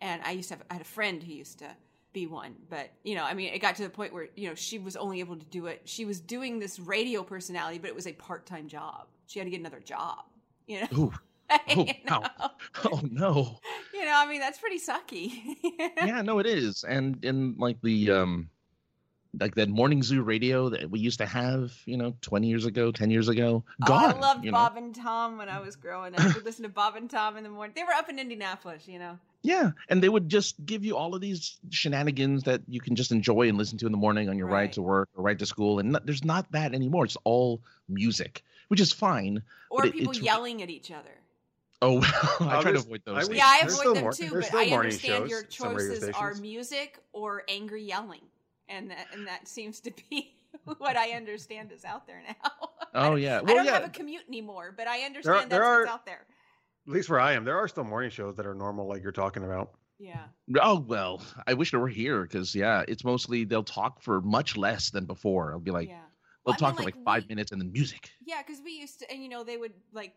[SPEAKER 4] And I used to have I had a friend who used to be one, but you know, I mean, it got to the point where you know she was only able to do it. She was doing this radio personality, but it was a part time job. She had to get another job. You know. [laughs]
[SPEAKER 6] Ooh.
[SPEAKER 4] You
[SPEAKER 6] wow.
[SPEAKER 4] know?
[SPEAKER 6] oh no
[SPEAKER 4] You know, I mean, that's pretty sucky. [laughs]
[SPEAKER 6] yeah, no, it is, and and like the um, like that morning zoo radio that we used to have, you know, twenty years ago, ten years ago,
[SPEAKER 4] Oh,
[SPEAKER 6] gone.
[SPEAKER 4] I loved
[SPEAKER 6] you know?
[SPEAKER 4] Bob and Tom when I was growing up. We'd listen to Bob and Tom in the morning. They were up in Indianapolis, you know.
[SPEAKER 6] Yeah, and they would just give you all of these shenanigans that you can just enjoy and listen to in the morning on your
[SPEAKER 4] Right.
[SPEAKER 6] ride to work or ride to school, and not, there's not that anymore. It's all music, which is fine.
[SPEAKER 4] Or
[SPEAKER 6] But it-
[SPEAKER 4] people
[SPEAKER 6] it's-
[SPEAKER 4] yelling at each other.
[SPEAKER 6] Oh [laughs] well, I
[SPEAKER 5] Oh,
[SPEAKER 6] try to
[SPEAKER 5] there's-
[SPEAKER 6] avoid
[SPEAKER 5] I
[SPEAKER 6] those.
[SPEAKER 5] would-
[SPEAKER 6] things.
[SPEAKER 4] Yeah, I
[SPEAKER 5] there's
[SPEAKER 4] avoid
[SPEAKER 5] still
[SPEAKER 4] them
[SPEAKER 5] mor-
[SPEAKER 4] too,
[SPEAKER 5] there's
[SPEAKER 4] but
[SPEAKER 5] still
[SPEAKER 4] I
[SPEAKER 5] morning
[SPEAKER 4] understand
[SPEAKER 5] shows
[SPEAKER 4] your
[SPEAKER 5] at some radio
[SPEAKER 4] choices are
[SPEAKER 5] stations.
[SPEAKER 4] music or angry yelling. And that, and that seems to be [laughs] what I understand is out there now. [laughs]
[SPEAKER 6] Oh yeah.
[SPEAKER 4] I
[SPEAKER 6] Well,
[SPEAKER 4] don't
[SPEAKER 6] yeah.
[SPEAKER 4] have a commute anymore, but I understand that's
[SPEAKER 5] there
[SPEAKER 4] what's
[SPEAKER 5] are-
[SPEAKER 4] out there.
[SPEAKER 5] At least where I am, there are still morning shows that are normal, like you're talking about.
[SPEAKER 4] Yeah.
[SPEAKER 6] Oh well, I wish they were here because yeah, it's mostly they'll talk for much less than before. I'll be like,
[SPEAKER 4] yeah. Well,
[SPEAKER 6] They'll
[SPEAKER 4] I
[SPEAKER 6] talk
[SPEAKER 4] mean,
[SPEAKER 6] for
[SPEAKER 4] like,
[SPEAKER 6] like five
[SPEAKER 4] we-
[SPEAKER 6] minutes and then music.
[SPEAKER 4] Yeah, because we used to, and you know, they would like,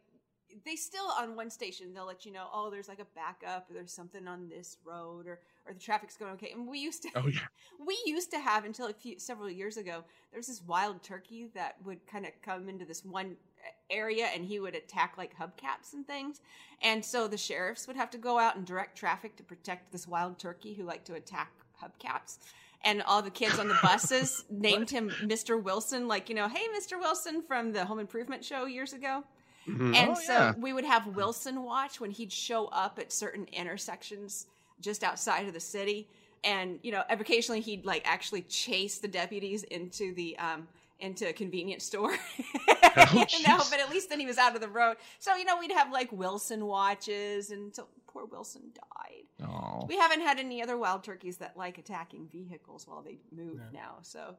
[SPEAKER 4] they still on one station, they'll let you know, oh, there's like a backup, or there's something on this road, or or the traffic's going okay. And we used to,
[SPEAKER 6] Oh yeah.
[SPEAKER 4] [laughs] we used to have until a few several years ago, there was this wild turkey that would kind of come into this one eh, area and he would attack like hubcaps and things. And so the sheriffs would have to go out and direct traffic to protect this wild turkey who liked to attack hubcaps. And all the kids on the
[SPEAKER 6] [laughs]
[SPEAKER 4] buses named him Mr. Wilson, like, you know, hey, Mr. Wilson from the Home Improvement show years ago. And
[SPEAKER 6] Oh,
[SPEAKER 4] so
[SPEAKER 6] yeah.
[SPEAKER 4] we would have Wilson watch when he'd show up at certain intersections just outside of the city. And, you know, occasionally he'd like actually chase the deputies into the, um, into a convenience
[SPEAKER 6] [laughs]
[SPEAKER 4] store. [laughs] you know,
[SPEAKER 6] Oh, jeez.
[SPEAKER 4] but at least then he was out of the road. So, you know, we'd have like Wilson watches until poor Wilson died.
[SPEAKER 6] Oh,
[SPEAKER 4] We haven't had any other wild turkeys that like attacking vehicles while they move
[SPEAKER 3] No.
[SPEAKER 4] now. So,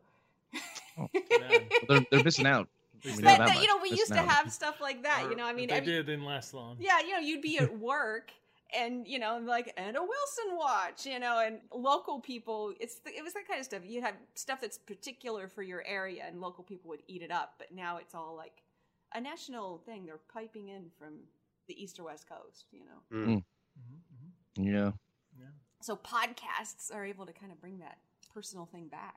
[SPEAKER 6] Oh,
[SPEAKER 4] [laughs]
[SPEAKER 3] Man.
[SPEAKER 6] they're, they're missing out. We know
[SPEAKER 4] but,
[SPEAKER 6] that
[SPEAKER 4] that-
[SPEAKER 6] much.
[SPEAKER 4] you know, we
[SPEAKER 6] That's
[SPEAKER 4] used to
[SPEAKER 6] now-
[SPEAKER 4] have stuff like that. You know, I
[SPEAKER 3] If
[SPEAKER 4] mean,
[SPEAKER 3] they
[SPEAKER 4] I mean,
[SPEAKER 3] did didn't last long.
[SPEAKER 4] yeah, you know, you'd be
[SPEAKER 3] [laughs]
[SPEAKER 4] at work and you know, like and a Wilson watch, you know, and local people. It's the, it was that kind of stuff. You had stuff that's particular for your area, and local people would eat it up. But now it's all like a national thing. They're piping in from the east or west coast, you know.
[SPEAKER 3] Mhm, mhm.
[SPEAKER 6] Yeah.
[SPEAKER 4] So podcasts are able to kind of bring that personal thing back.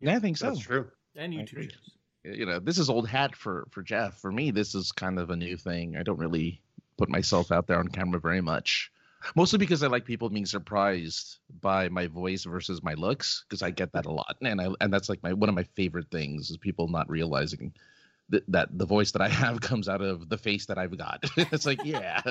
[SPEAKER 6] Yeah, I think so.
[SPEAKER 5] [clears throat] That's true.
[SPEAKER 3] And
[SPEAKER 6] I
[SPEAKER 3] YouTube
[SPEAKER 6] agree.
[SPEAKER 3] shows.
[SPEAKER 6] You know, this is old hat for for Jeff. For me, this is kind of a new thing. I don't really put myself out there on camera very much. Mostly because I like people being surprised by my voice versus my looks, because I get that a lot, and I and that's like my one of my favorite things is people not realizing that, that the voice that I have [laughs] comes out of the face that I've got. [laughs] it's like, yeah,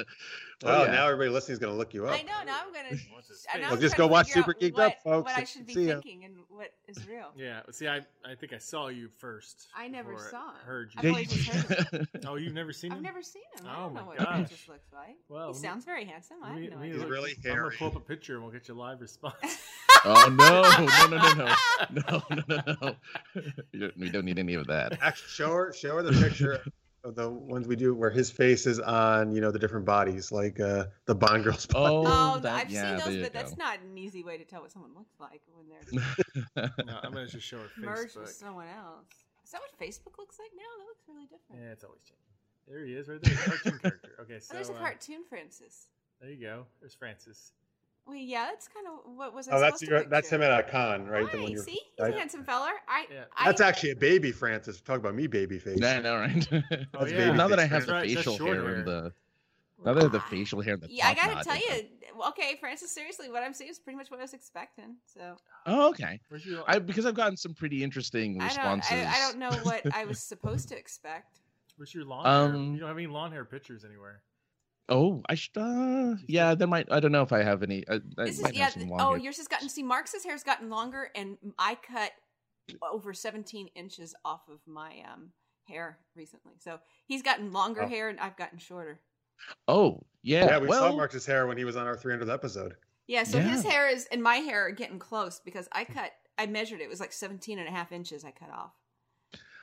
[SPEAKER 5] Oh,
[SPEAKER 6] yeah.
[SPEAKER 5] now everybody listening is going to look you up.
[SPEAKER 4] I know. Now I'm
[SPEAKER 5] [laughs]
[SPEAKER 4] gonna.
[SPEAKER 3] What's his
[SPEAKER 4] and
[SPEAKER 3] face?
[SPEAKER 4] I'm
[SPEAKER 5] Well, just
[SPEAKER 4] trying to
[SPEAKER 5] go watch
[SPEAKER 4] figure out
[SPEAKER 5] Super Geeked
[SPEAKER 4] what,
[SPEAKER 5] Up, folks.
[SPEAKER 4] What I should be
[SPEAKER 5] See ya.
[SPEAKER 4] thinking and what is real.
[SPEAKER 3] Yeah. See, I I think I saw you first.
[SPEAKER 4] Oh. I never
[SPEAKER 3] before
[SPEAKER 4] saw him.
[SPEAKER 3] Heard
[SPEAKER 4] I've
[SPEAKER 3] you.
[SPEAKER 4] only just heard of
[SPEAKER 3] oh, you've never seen
[SPEAKER 4] I've
[SPEAKER 3] him?
[SPEAKER 4] never seen him. I
[SPEAKER 3] Oh
[SPEAKER 4] don't
[SPEAKER 3] my
[SPEAKER 4] know what
[SPEAKER 3] gosh.
[SPEAKER 4] Jesus looks like.
[SPEAKER 3] Well, let
[SPEAKER 4] he
[SPEAKER 3] me-
[SPEAKER 4] sounds very handsome. I
[SPEAKER 3] Let me-
[SPEAKER 4] have no
[SPEAKER 3] let me
[SPEAKER 4] idea.
[SPEAKER 5] He's
[SPEAKER 3] look.
[SPEAKER 5] really
[SPEAKER 3] I'm
[SPEAKER 5] hairy.
[SPEAKER 3] gonna pull up a picture and we'll get you a live
[SPEAKER 4] [laughs]
[SPEAKER 3] response.
[SPEAKER 6] [laughs] oh no, no, no, no, [laughs] no, no, no, no, [laughs] no. You don't- we don't need any of that.
[SPEAKER 5] Actually, show her show her the picture of the ones we do where his face is on you know the different bodies like uh the Bond girls. body.
[SPEAKER 6] Oh,
[SPEAKER 4] Oh,
[SPEAKER 6] that-
[SPEAKER 4] I've
[SPEAKER 6] yeah,
[SPEAKER 4] seen
[SPEAKER 6] there
[SPEAKER 4] those,
[SPEAKER 6] you
[SPEAKER 4] but that's
[SPEAKER 6] go.
[SPEAKER 4] not an easy way to tell what someone looks like when they're
[SPEAKER 3] no, I'm gonna just show her
[SPEAKER 4] merged with
[SPEAKER 3] Facebook.
[SPEAKER 4] someone else. Is that what Facebook looks like now? That looks really different.
[SPEAKER 3] Yeah, it's always changing. There he is, right there,
[SPEAKER 6] [laughs]
[SPEAKER 3] cartoon character. Okay, so
[SPEAKER 4] oh, there's a
[SPEAKER 3] uh,
[SPEAKER 4] cartoon Francis.
[SPEAKER 3] there you go. There's Francis.
[SPEAKER 4] Well, yeah, that's kind of what was. I
[SPEAKER 5] Oh, that's
[SPEAKER 4] supposed to
[SPEAKER 5] your, that's him
[SPEAKER 4] picture?
[SPEAKER 5] at a con, right?
[SPEAKER 4] Hi,
[SPEAKER 5] you were-
[SPEAKER 4] see, he's
[SPEAKER 5] I-
[SPEAKER 4] a handsome feller. I,
[SPEAKER 3] Yeah.
[SPEAKER 4] I
[SPEAKER 5] that's actually a baby Francis. Talk about me, baby face.
[SPEAKER 6] [laughs] Yeah, I know, right? [laughs]
[SPEAKER 3] Oh,
[SPEAKER 5] That's
[SPEAKER 3] yeah.
[SPEAKER 5] baby
[SPEAKER 6] now that I
[SPEAKER 5] face
[SPEAKER 6] have the
[SPEAKER 3] That's right, that's
[SPEAKER 6] facial
[SPEAKER 3] short
[SPEAKER 6] hair,
[SPEAKER 3] hair.
[SPEAKER 6] and the now that I have the
[SPEAKER 4] Ah.
[SPEAKER 6] facial hair and the
[SPEAKER 4] Yeah, I
[SPEAKER 6] top
[SPEAKER 4] gotta
[SPEAKER 6] knot,
[SPEAKER 4] tell
[SPEAKER 6] it's like-
[SPEAKER 4] you. Okay, Francis. Seriously, what I'm seeing is pretty much what I was expecting. So
[SPEAKER 6] Oh, okay.
[SPEAKER 3] Where's your?
[SPEAKER 6] I because I've gotten some pretty interesting
[SPEAKER 4] I don't,
[SPEAKER 6] responses.
[SPEAKER 4] I, I don't know what I
[SPEAKER 6] [laughs]
[SPEAKER 4] was supposed to expect.
[SPEAKER 3] where's your lawn? hair?
[SPEAKER 6] Um,
[SPEAKER 3] You don't have any lawn hair pictures anywhere.
[SPEAKER 6] Oh, I should. Uh, yeah, there might. I don't know if I have any. I, I
[SPEAKER 4] This is
[SPEAKER 6] might
[SPEAKER 4] yeah.
[SPEAKER 6] have some
[SPEAKER 4] th-
[SPEAKER 6] long
[SPEAKER 4] Oh,
[SPEAKER 6] hair.
[SPEAKER 4] yours has gotten. See, Marx's hair's gotten longer, and I cut over 17 inches off of my um hair recently. So he's gotten longer
[SPEAKER 6] Oh.
[SPEAKER 4] hair, and I've gotten shorter.
[SPEAKER 6] Oh, yeah.
[SPEAKER 5] Yeah, we
[SPEAKER 6] well,
[SPEAKER 5] saw Marcus's hair when he was on our 300th episode.
[SPEAKER 4] Yeah. So his
[SPEAKER 6] Yeah.
[SPEAKER 4] hair is and my hair are getting close because I cut. I measured it, it was like 17 and a half inches. I cut off.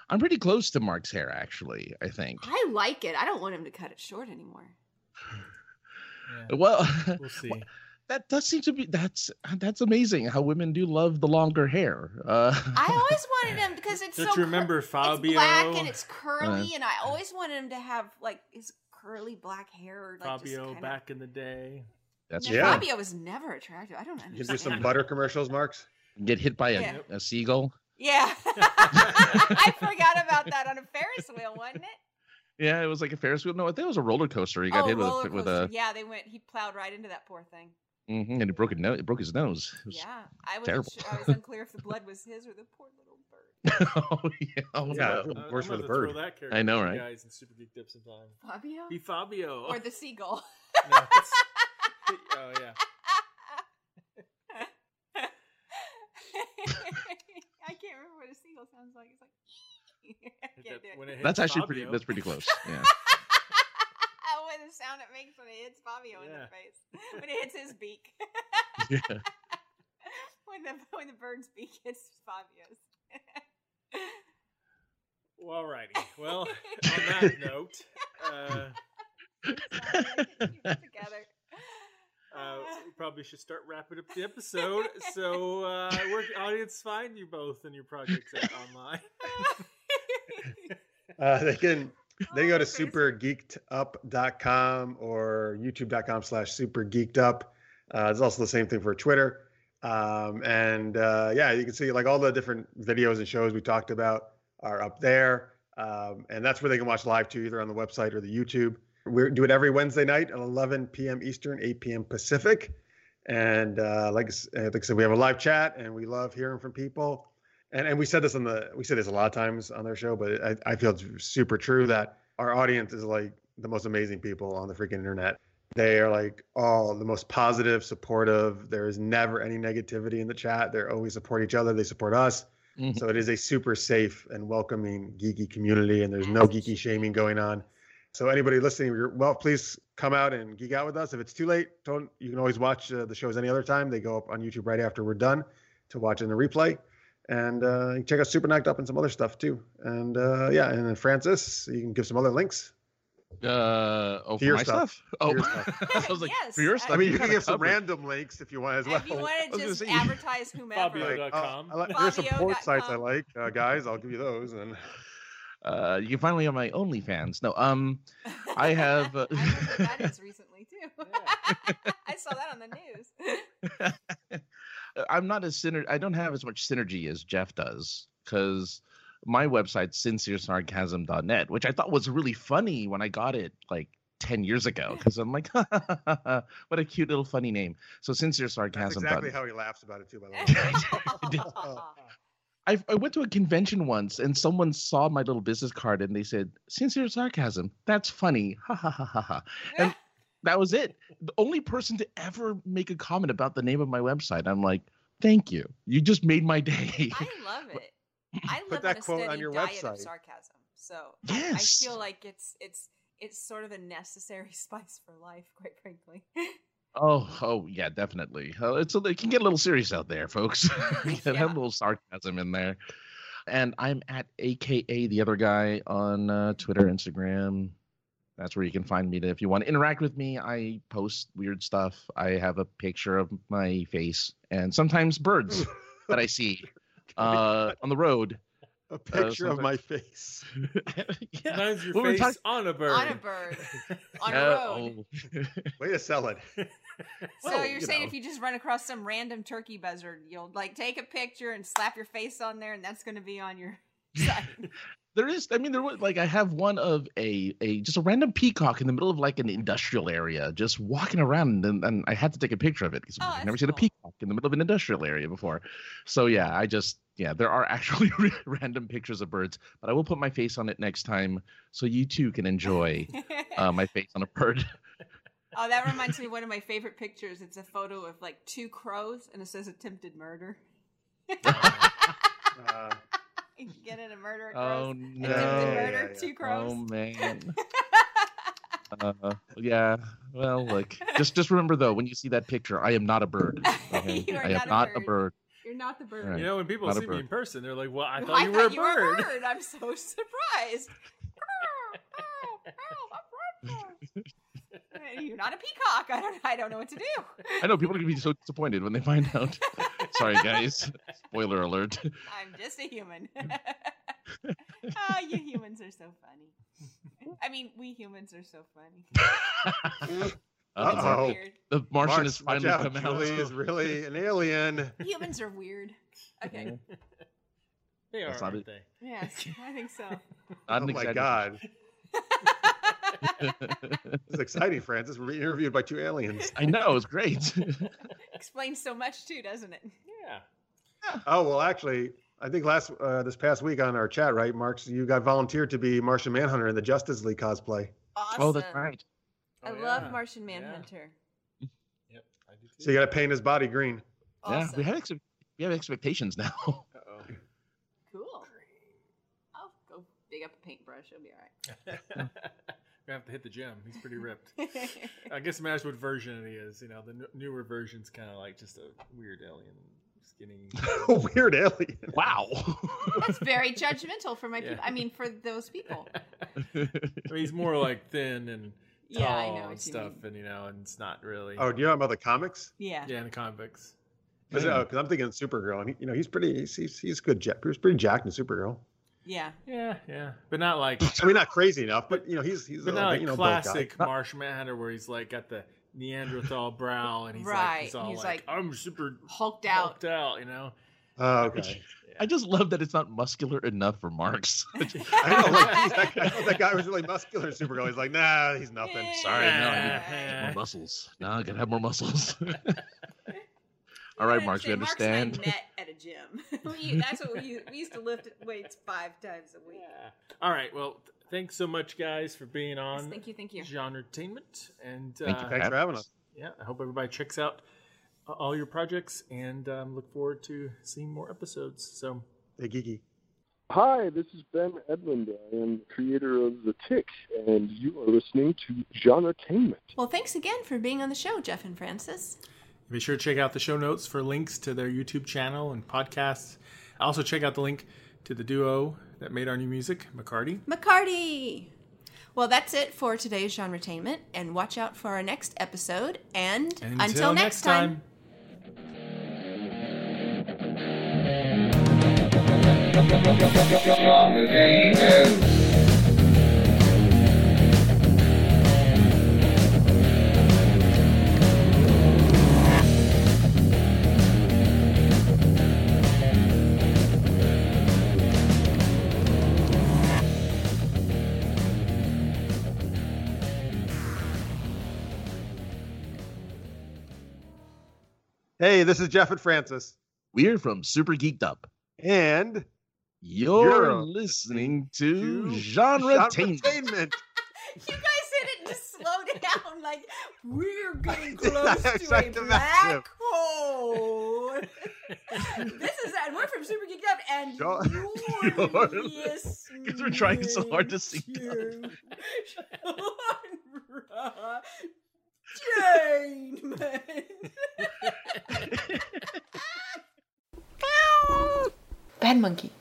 [SPEAKER 6] I'm pretty close to Mark's hair, actually. I think.
[SPEAKER 4] I like it. I don't want him to cut it short anymore.
[SPEAKER 3] Yeah.
[SPEAKER 6] Well, [laughs]
[SPEAKER 3] We'll see.
[SPEAKER 6] that does seem to be that's that's amazing how women do love the longer hair. Uh,
[SPEAKER 4] I always wanted him because it's
[SPEAKER 3] Don't
[SPEAKER 4] so
[SPEAKER 3] you
[SPEAKER 4] cur-
[SPEAKER 3] remember Fabio?
[SPEAKER 4] It's black and it's curly, and I always wanted him to have like his curly black hair. Like, just
[SPEAKER 3] Fabio
[SPEAKER 4] kinda-
[SPEAKER 3] back in the day.
[SPEAKER 6] [laughs] that's
[SPEAKER 4] No,
[SPEAKER 5] Yeah.
[SPEAKER 6] right.
[SPEAKER 4] Fabio was never attractive. I don't
[SPEAKER 5] You can do [laughs]
[SPEAKER 4] understand.
[SPEAKER 5] some butter commercials, Marks.
[SPEAKER 6] Get hit by a,
[SPEAKER 4] Yeah.
[SPEAKER 6] a seagull.
[SPEAKER 4] [laughs] yeah, I forgot about that on a Ferris wheel, wasn't it?
[SPEAKER 6] Yeah, it was like a Ferris wheel. No, I think it was a roller coaster. He got
[SPEAKER 4] oh,
[SPEAKER 6] hit with
[SPEAKER 4] roller
[SPEAKER 6] a, with
[SPEAKER 4] coaster.
[SPEAKER 6] a
[SPEAKER 4] yeah. They went. He plowed right into that poor thing.
[SPEAKER 6] mhm, and he broke a no, it broke his nose. [laughs] It was-
[SPEAKER 4] Yeah, I was.
[SPEAKER 6] terrible.
[SPEAKER 4] Sure, I was unclear if the blood was his or the poor little
[SPEAKER 3] [laughs]
[SPEAKER 4] bird.
[SPEAKER 6] oh [laughs] yeah, oh,
[SPEAKER 5] Yeah. Worse
[SPEAKER 6] no.
[SPEAKER 3] Uh, I'm
[SPEAKER 5] for
[SPEAKER 3] gonna
[SPEAKER 5] the
[SPEAKER 3] throw
[SPEAKER 5] bird.
[SPEAKER 3] that character
[SPEAKER 6] I know,
[SPEAKER 3] to you
[SPEAKER 6] right?
[SPEAKER 3] Guys in Super Geek Dip sometime.
[SPEAKER 4] Fabio
[SPEAKER 3] Be Fabio. [laughs]
[SPEAKER 4] or the seagull.
[SPEAKER 3] No, that's- [laughs] oh yeah.
[SPEAKER 4] I can't remember what a seagull sounds like. [laughs] It's like I can't do it.
[SPEAKER 5] [laughs]
[SPEAKER 3] When it
[SPEAKER 6] That's
[SPEAKER 3] hits
[SPEAKER 6] actually
[SPEAKER 3] Fabio,
[SPEAKER 6] pretty. That's pretty close.
[SPEAKER 4] [laughs]
[SPEAKER 6] Yeah.
[SPEAKER 4] what the sound it makes when it hits Fabio in the
[SPEAKER 3] Yeah.
[SPEAKER 4] face. When it hits his beak. [laughs]
[SPEAKER 6] yeah.
[SPEAKER 4] when the when the bird's beak hits Fabio's. [laughs]
[SPEAKER 3] Well, alrighty. Well, [laughs] on that note, uh,
[SPEAKER 4] Sorry, I couldn't keep it together.
[SPEAKER 3] [laughs]
[SPEAKER 4] [laughs]
[SPEAKER 3] uh, we probably should start wrapping up the episode. So, uh, where can audience find you both and your projects at [laughs] online?
[SPEAKER 5] Uh, [laughs] they can they
[SPEAKER 4] Oh,
[SPEAKER 5] can go to
[SPEAKER 4] okay, so-
[SPEAKER 5] supergeekedup.com or youtube.com slash supergeekedup. Uh, it's also the same thing for Twitter. Um, and uh, yeah, you can see like all the different videos and shows we talked about are up there. Um, and that's where they can watch live too, either on the website or the YouTube. We do it every Wednesday night at 11 p.m. Eastern, 8 p.m. Pacific. And uh, like, uh, like I said, we have a live chat, and we love hearing from people. And and we said this on the we said this a lot of times on their show, but I, I feel it's super true that our audience is like the most amazing people on the freaking internet. They are like all the most positive, supportive. There is never any negativity in the chat. They always support each other. They support us.
[SPEAKER 6] Mhm.
[SPEAKER 5] So it is a super safe and welcoming geeky community, and there's no geeky shaming going on. So anybody listening, you're, well, please come out and geek out with us. If it's too late, don't. You can always watch uh, the shows any other time. They go up on YouTube right after we're done to watch in the replay, and uh, you can check out Super Knocked Up and some other stuff too. And uh, yeah, and then Francis, you can give some other links.
[SPEAKER 6] Uh, oh, for
[SPEAKER 5] your
[SPEAKER 6] my
[SPEAKER 5] stuff.
[SPEAKER 6] stuff. Oh, [laughs]
[SPEAKER 5] your stuff.
[SPEAKER 6] I was like,
[SPEAKER 4] Yes,
[SPEAKER 6] for your
[SPEAKER 4] I-
[SPEAKER 6] stuff.
[SPEAKER 5] I mean, you
[SPEAKER 6] got
[SPEAKER 5] can
[SPEAKER 6] it
[SPEAKER 5] give some
[SPEAKER 6] covered.
[SPEAKER 5] random links if you want as well.
[SPEAKER 4] If you want
[SPEAKER 6] I
[SPEAKER 4] to
[SPEAKER 6] was gonna
[SPEAKER 4] just
[SPEAKER 3] [laughs]
[SPEAKER 6] say-
[SPEAKER 4] advertise whomever,
[SPEAKER 3] Fabio.
[SPEAKER 5] Like, uh,
[SPEAKER 3] Fabio.com.
[SPEAKER 5] I like- there's some
[SPEAKER 4] Fabio.com.
[SPEAKER 5] porn sites I like, uh, guys. I'll give you those. And
[SPEAKER 6] Uh, you can find me on my OnlyFans. No, um, I have, uh,
[SPEAKER 4] [laughs] I learned
[SPEAKER 6] [laughs]
[SPEAKER 4] what that is recently too. [laughs] I saw that on the
[SPEAKER 6] [laughs]
[SPEAKER 4] news. [laughs]
[SPEAKER 6] uh, I'm not as syner- I don't have as much synergy as Jeff does because my website sinceresarcasm.net, which I thought was really funny when I got it like 10 years ago because I'm like, [laughs] what a cute little funny name. So sinceresarcasm.net.
[SPEAKER 5] that's exactly how he laughs about it too. By
[SPEAKER 4] [laughs]
[SPEAKER 5] the way. [laughs]
[SPEAKER 6] I, I went to a convention once and someone saw my little business card and they said, Sincere sarcasm. That's funny. Ha ha ha ha ha. And that was it. The only person to ever make a comment about the name of my website. I'm like, thank you. You just made my day. [laughs]
[SPEAKER 4] I love it. I live
[SPEAKER 5] Put
[SPEAKER 4] on
[SPEAKER 5] that
[SPEAKER 4] a
[SPEAKER 5] quote on
[SPEAKER 4] steady
[SPEAKER 5] your
[SPEAKER 4] diet of
[SPEAKER 5] website.
[SPEAKER 4] sarcasm, so I- I
[SPEAKER 6] Yes.
[SPEAKER 4] feel like it's it's it's sort of a necessary [laughs] spice for life, quite frankly.
[SPEAKER 6] oh, oh yeah, definitely. Uh, it's a, it can get a little serious out
[SPEAKER 4] [laughs]
[SPEAKER 6] there, folks. [laughs] You can
[SPEAKER 4] Yeah.
[SPEAKER 6] have a little sarcasm in there. And I'm at AKA the other guy on uh, Twitter, Instagram. That's where you can find me. To, if you want to interact with me, I post weird stuff. I have a picture of my face and sometimes birds
[SPEAKER 4] [laughs]
[SPEAKER 6] that I see uh, on the road.
[SPEAKER 5] a picture of
[SPEAKER 6] sometimes-
[SPEAKER 5] my face.
[SPEAKER 6] [laughs] yeah.
[SPEAKER 3] Sometimes your
[SPEAKER 6] We were
[SPEAKER 3] face
[SPEAKER 6] talking-
[SPEAKER 3] on a bird.
[SPEAKER 4] on a bird,
[SPEAKER 5] [laughs]
[SPEAKER 4] on a
[SPEAKER 6] Uh,
[SPEAKER 4] road.
[SPEAKER 6] oh.
[SPEAKER 5] Way to sell
[SPEAKER 6] [laughs]
[SPEAKER 5] it.
[SPEAKER 4] So
[SPEAKER 6] well,
[SPEAKER 4] you're
[SPEAKER 6] you
[SPEAKER 4] saying
[SPEAKER 6] know.
[SPEAKER 4] if
[SPEAKER 6] [laughs]
[SPEAKER 4] you [laughs] just run across some random turkey buzzard, you'll like take a picture and slap your face on there, and that's going to be on your [laughs] site.
[SPEAKER 6] There is, I mean, there was like I have one of a a just a random peacock in the middle of like an industrial area, just walking around, and, and I had to take a picture of it because
[SPEAKER 4] Oh,
[SPEAKER 6] I've
[SPEAKER 4] that's
[SPEAKER 6] never seen a
[SPEAKER 4] cool.
[SPEAKER 6] peacock in the middle of an industrial area before. So yeah, I just yeah, there are [laughs] actually random pictures of birds, but I will put my face on it next time so you too can
[SPEAKER 4] [laughs]
[SPEAKER 6] enjoy uh, my face on a bird.
[SPEAKER 4] oh, that reminds me of one of my favorite pictures. It's a photo of like two crows, and it says attempted murder. [laughs]
[SPEAKER 5] Uh,
[SPEAKER 4] You get in a murder. at
[SPEAKER 6] Oh
[SPEAKER 4] crows.
[SPEAKER 6] no!
[SPEAKER 4] Attempted
[SPEAKER 5] Yeah,
[SPEAKER 4] murder,
[SPEAKER 5] yeah,
[SPEAKER 4] two crows.
[SPEAKER 6] Oh
[SPEAKER 4] [laughs]
[SPEAKER 6] man. Uh, yeah. Well, look. Just just remember though, when you see that picture, I am not a bird. Oh,
[SPEAKER 4] [laughs]
[SPEAKER 6] Okay?
[SPEAKER 4] You are
[SPEAKER 6] I am
[SPEAKER 4] not
[SPEAKER 6] not
[SPEAKER 4] a
[SPEAKER 6] a bird.
[SPEAKER 4] You're not the bird.
[SPEAKER 6] All
[SPEAKER 3] You
[SPEAKER 6] right.
[SPEAKER 3] know, when people
[SPEAKER 6] Not a
[SPEAKER 3] see me
[SPEAKER 6] bird.
[SPEAKER 3] in person, they're like, "Well, I
[SPEAKER 4] Well,
[SPEAKER 3] thought you were a bird."
[SPEAKER 4] I'm
[SPEAKER 3] [laughs]
[SPEAKER 4] so surprised.
[SPEAKER 3] [laughs]
[SPEAKER 4] You're not a peacock. I don't. I don't know what to do.
[SPEAKER 6] I know people are gonna be so disappointed when they find out. [laughs] Sorry, guys. Spoiler alert. [laughs]
[SPEAKER 4] I'm just a human. [laughs] oh, you humans are so funny. I mean, we humans are so funny. Humans are
[SPEAKER 5] Uh-oh.
[SPEAKER 4] weird.
[SPEAKER 6] Uh, the Martian
[SPEAKER 5] Mark,
[SPEAKER 6] has
[SPEAKER 5] watch
[SPEAKER 6] finally
[SPEAKER 5] out,
[SPEAKER 6] come out.
[SPEAKER 5] Julie is really an alien.
[SPEAKER 4] Humans are weird. Okay.
[SPEAKER 3] They are,
[SPEAKER 6] That's not
[SPEAKER 3] aren't
[SPEAKER 6] it.
[SPEAKER 3] they?
[SPEAKER 4] Yes, I
[SPEAKER 3] [laughs]
[SPEAKER 4] think so.
[SPEAKER 6] Not
[SPEAKER 5] oh
[SPEAKER 6] an
[SPEAKER 5] my
[SPEAKER 6] exaggeration.
[SPEAKER 5] god, this is exciting, Francis. We're being interviewed by two
[SPEAKER 6] [laughs]
[SPEAKER 5] aliens.
[SPEAKER 6] I know it's great.
[SPEAKER 4] [laughs]
[SPEAKER 6] [laughs]
[SPEAKER 4] Explains so much too, doesn't it?
[SPEAKER 3] Yeah.
[SPEAKER 5] Oh well, actually, I think last uh, this past week on our chat, right, Marks, you got volunteered to be Martian Manhunter in the Justice League cosplay.
[SPEAKER 4] Awesome.
[SPEAKER 6] oh, that's right.
[SPEAKER 4] I
[SPEAKER 3] Oh,
[SPEAKER 4] love
[SPEAKER 3] yeah.
[SPEAKER 4] Martian
[SPEAKER 3] Yeah.
[SPEAKER 4] Manhunter.
[SPEAKER 3] Yep. I do
[SPEAKER 5] So you got to paint his body green. [laughs]
[SPEAKER 6] Yeah,
[SPEAKER 4] Awesome.
[SPEAKER 6] we have ex- we have expectations now. [laughs]
[SPEAKER 3] [laughs]
[SPEAKER 4] Cool. I'll go dig up a paintbrush. It'll be all
[SPEAKER 3] Gonna have to hit the gym. He's pretty
[SPEAKER 4] [laughs]
[SPEAKER 3] ripped.
[SPEAKER 6] [laughs]
[SPEAKER 4] right.
[SPEAKER 3] I guess it matters what version it is. You know, the n- newer version's kind of like just a weird alien, skinny.
[SPEAKER 5] Weird alien.
[SPEAKER 6] wow. [laughs]
[SPEAKER 4] That's very judgmental for my
[SPEAKER 3] Yeah.
[SPEAKER 4] people. I mean, for
[SPEAKER 3] [laughs]
[SPEAKER 4] those people.
[SPEAKER 3] I mean, he's more like thin and tall
[SPEAKER 4] Yeah, I know what you
[SPEAKER 3] and Oh, stuff,
[SPEAKER 4] mean.
[SPEAKER 3] and you know, and it's not really.
[SPEAKER 5] Oh, do you know about the comics?
[SPEAKER 4] Yeah.
[SPEAKER 3] yeah, and the convicts.
[SPEAKER 5] Because
[SPEAKER 6] Yeah.
[SPEAKER 5] I'm thinking Supergirl, and he, you know he's pretty. He's he's, he's good. Jack, he's pretty jacked in Supergirl.
[SPEAKER 4] Yeah.
[SPEAKER 3] Yeah, yeah, but not
[SPEAKER 5] [laughs]
[SPEAKER 3] like,
[SPEAKER 5] I mean, not crazy enough, but you know he's he's
[SPEAKER 3] but
[SPEAKER 5] uh,
[SPEAKER 3] not like
[SPEAKER 5] you know, built guy.
[SPEAKER 3] classic Marsh Manhunter where he's like got the Neanderthal brow and he's
[SPEAKER 4] Right,
[SPEAKER 3] like, he's all
[SPEAKER 4] he's
[SPEAKER 3] like,
[SPEAKER 4] like
[SPEAKER 3] I'm super
[SPEAKER 4] Hulked out.
[SPEAKER 3] out, out, you know.
[SPEAKER 5] Oh,
[SPEAKER 3] [laughs]
[SPEAKER 5] okay.
[SPEAKER 6] I just love that it's not muscular enough
[SPEAKER 4] [laughs]
[SPEAKER 6] for Marx.
[SPEAKER 5] I know, like, he's that, I thought that guy was really muscular. Supergirl. He's like, nah, he's nothing.
[SPEAKER 6] Sorry, no, I need more muscles. No, I gotta have
[SPEAKER 4] [laughs]
[SPEAKER 6] more muscles. [laughs] All right, Marx, we
[SPEAKER 7] Mark's my
[SPEAKER 6] understand.
[SPEAKER 7] net at a
[SPEAKER 4] [laughs]
[SPEAKER 7] gym. we, that's what we, we used to lift weights five times a week.
[SPEAKER 3] All right. Well, th- thanks so much, guys, for being on
[SPEAKER 4] Thank you, thank you.
[SPEAKER 3] Genre Entertainment. And uh,
[SPEAKER 6] Thank you,
[SPEAKER 5] Thanks for having us.
[SPEAKER 3] yeah, I hope everybody checks out uh, all your projects and um, look forward to seeing more episodes. So
[SPEAKER 5] Hey, Geeky.
[SPEAKER 8] Hi, this is Ben Edlund. I am the creator of The Tick, and you are listening to Genretainment.
[SPEAKER 4] Well, thanks again for being on the show, Jeff and Francis.
[SPEAKER 3] be sure to check out the show notes for links to their YouTube channel and podcasts. Also, check out the link to the duo that made our new music, McCarty.
[SPEAKER 4] McCarty! Well, that's it for today's genre genretainment, and watch out for our next episode. And until, next time. [laughs]
[SPEAKER 5] Hey, this is Jeff and Francis.
[SPEAKER 6] We're from Super Geeked Up.
[SPEAKER 5] And
[SPEAKER 6] You're,
[SPEAKER 5] You're
[SPEAKER 6] listening to
[SPEAKER 5] to
[SPEAKER 6] Genre
[SPEAKER 5] Genretainment.
[SPEAKER 7] You guys didn't just slow
[SPEAKER 4] [laughs]
[SPEAKER 7] down. Like we're getting close to a
[SPEAKER 5] Exactly,
[SPEAKER 7] black hole.
[SPEAKER 4] [laughs]
[SPEAKER 7] this is and we're from Super Geeked Up, and
[SPEAKER 5] Y'all-
[SPEAKER 7] you're,
[SPEAKER 6] you're-
[SPEAKER 7] listening
[SPEAKER 6] Because we're trying so hard to sync up.
[SPEAKER 7] to Genre Entertainment.
[SPEAKER 4] Bad monkey.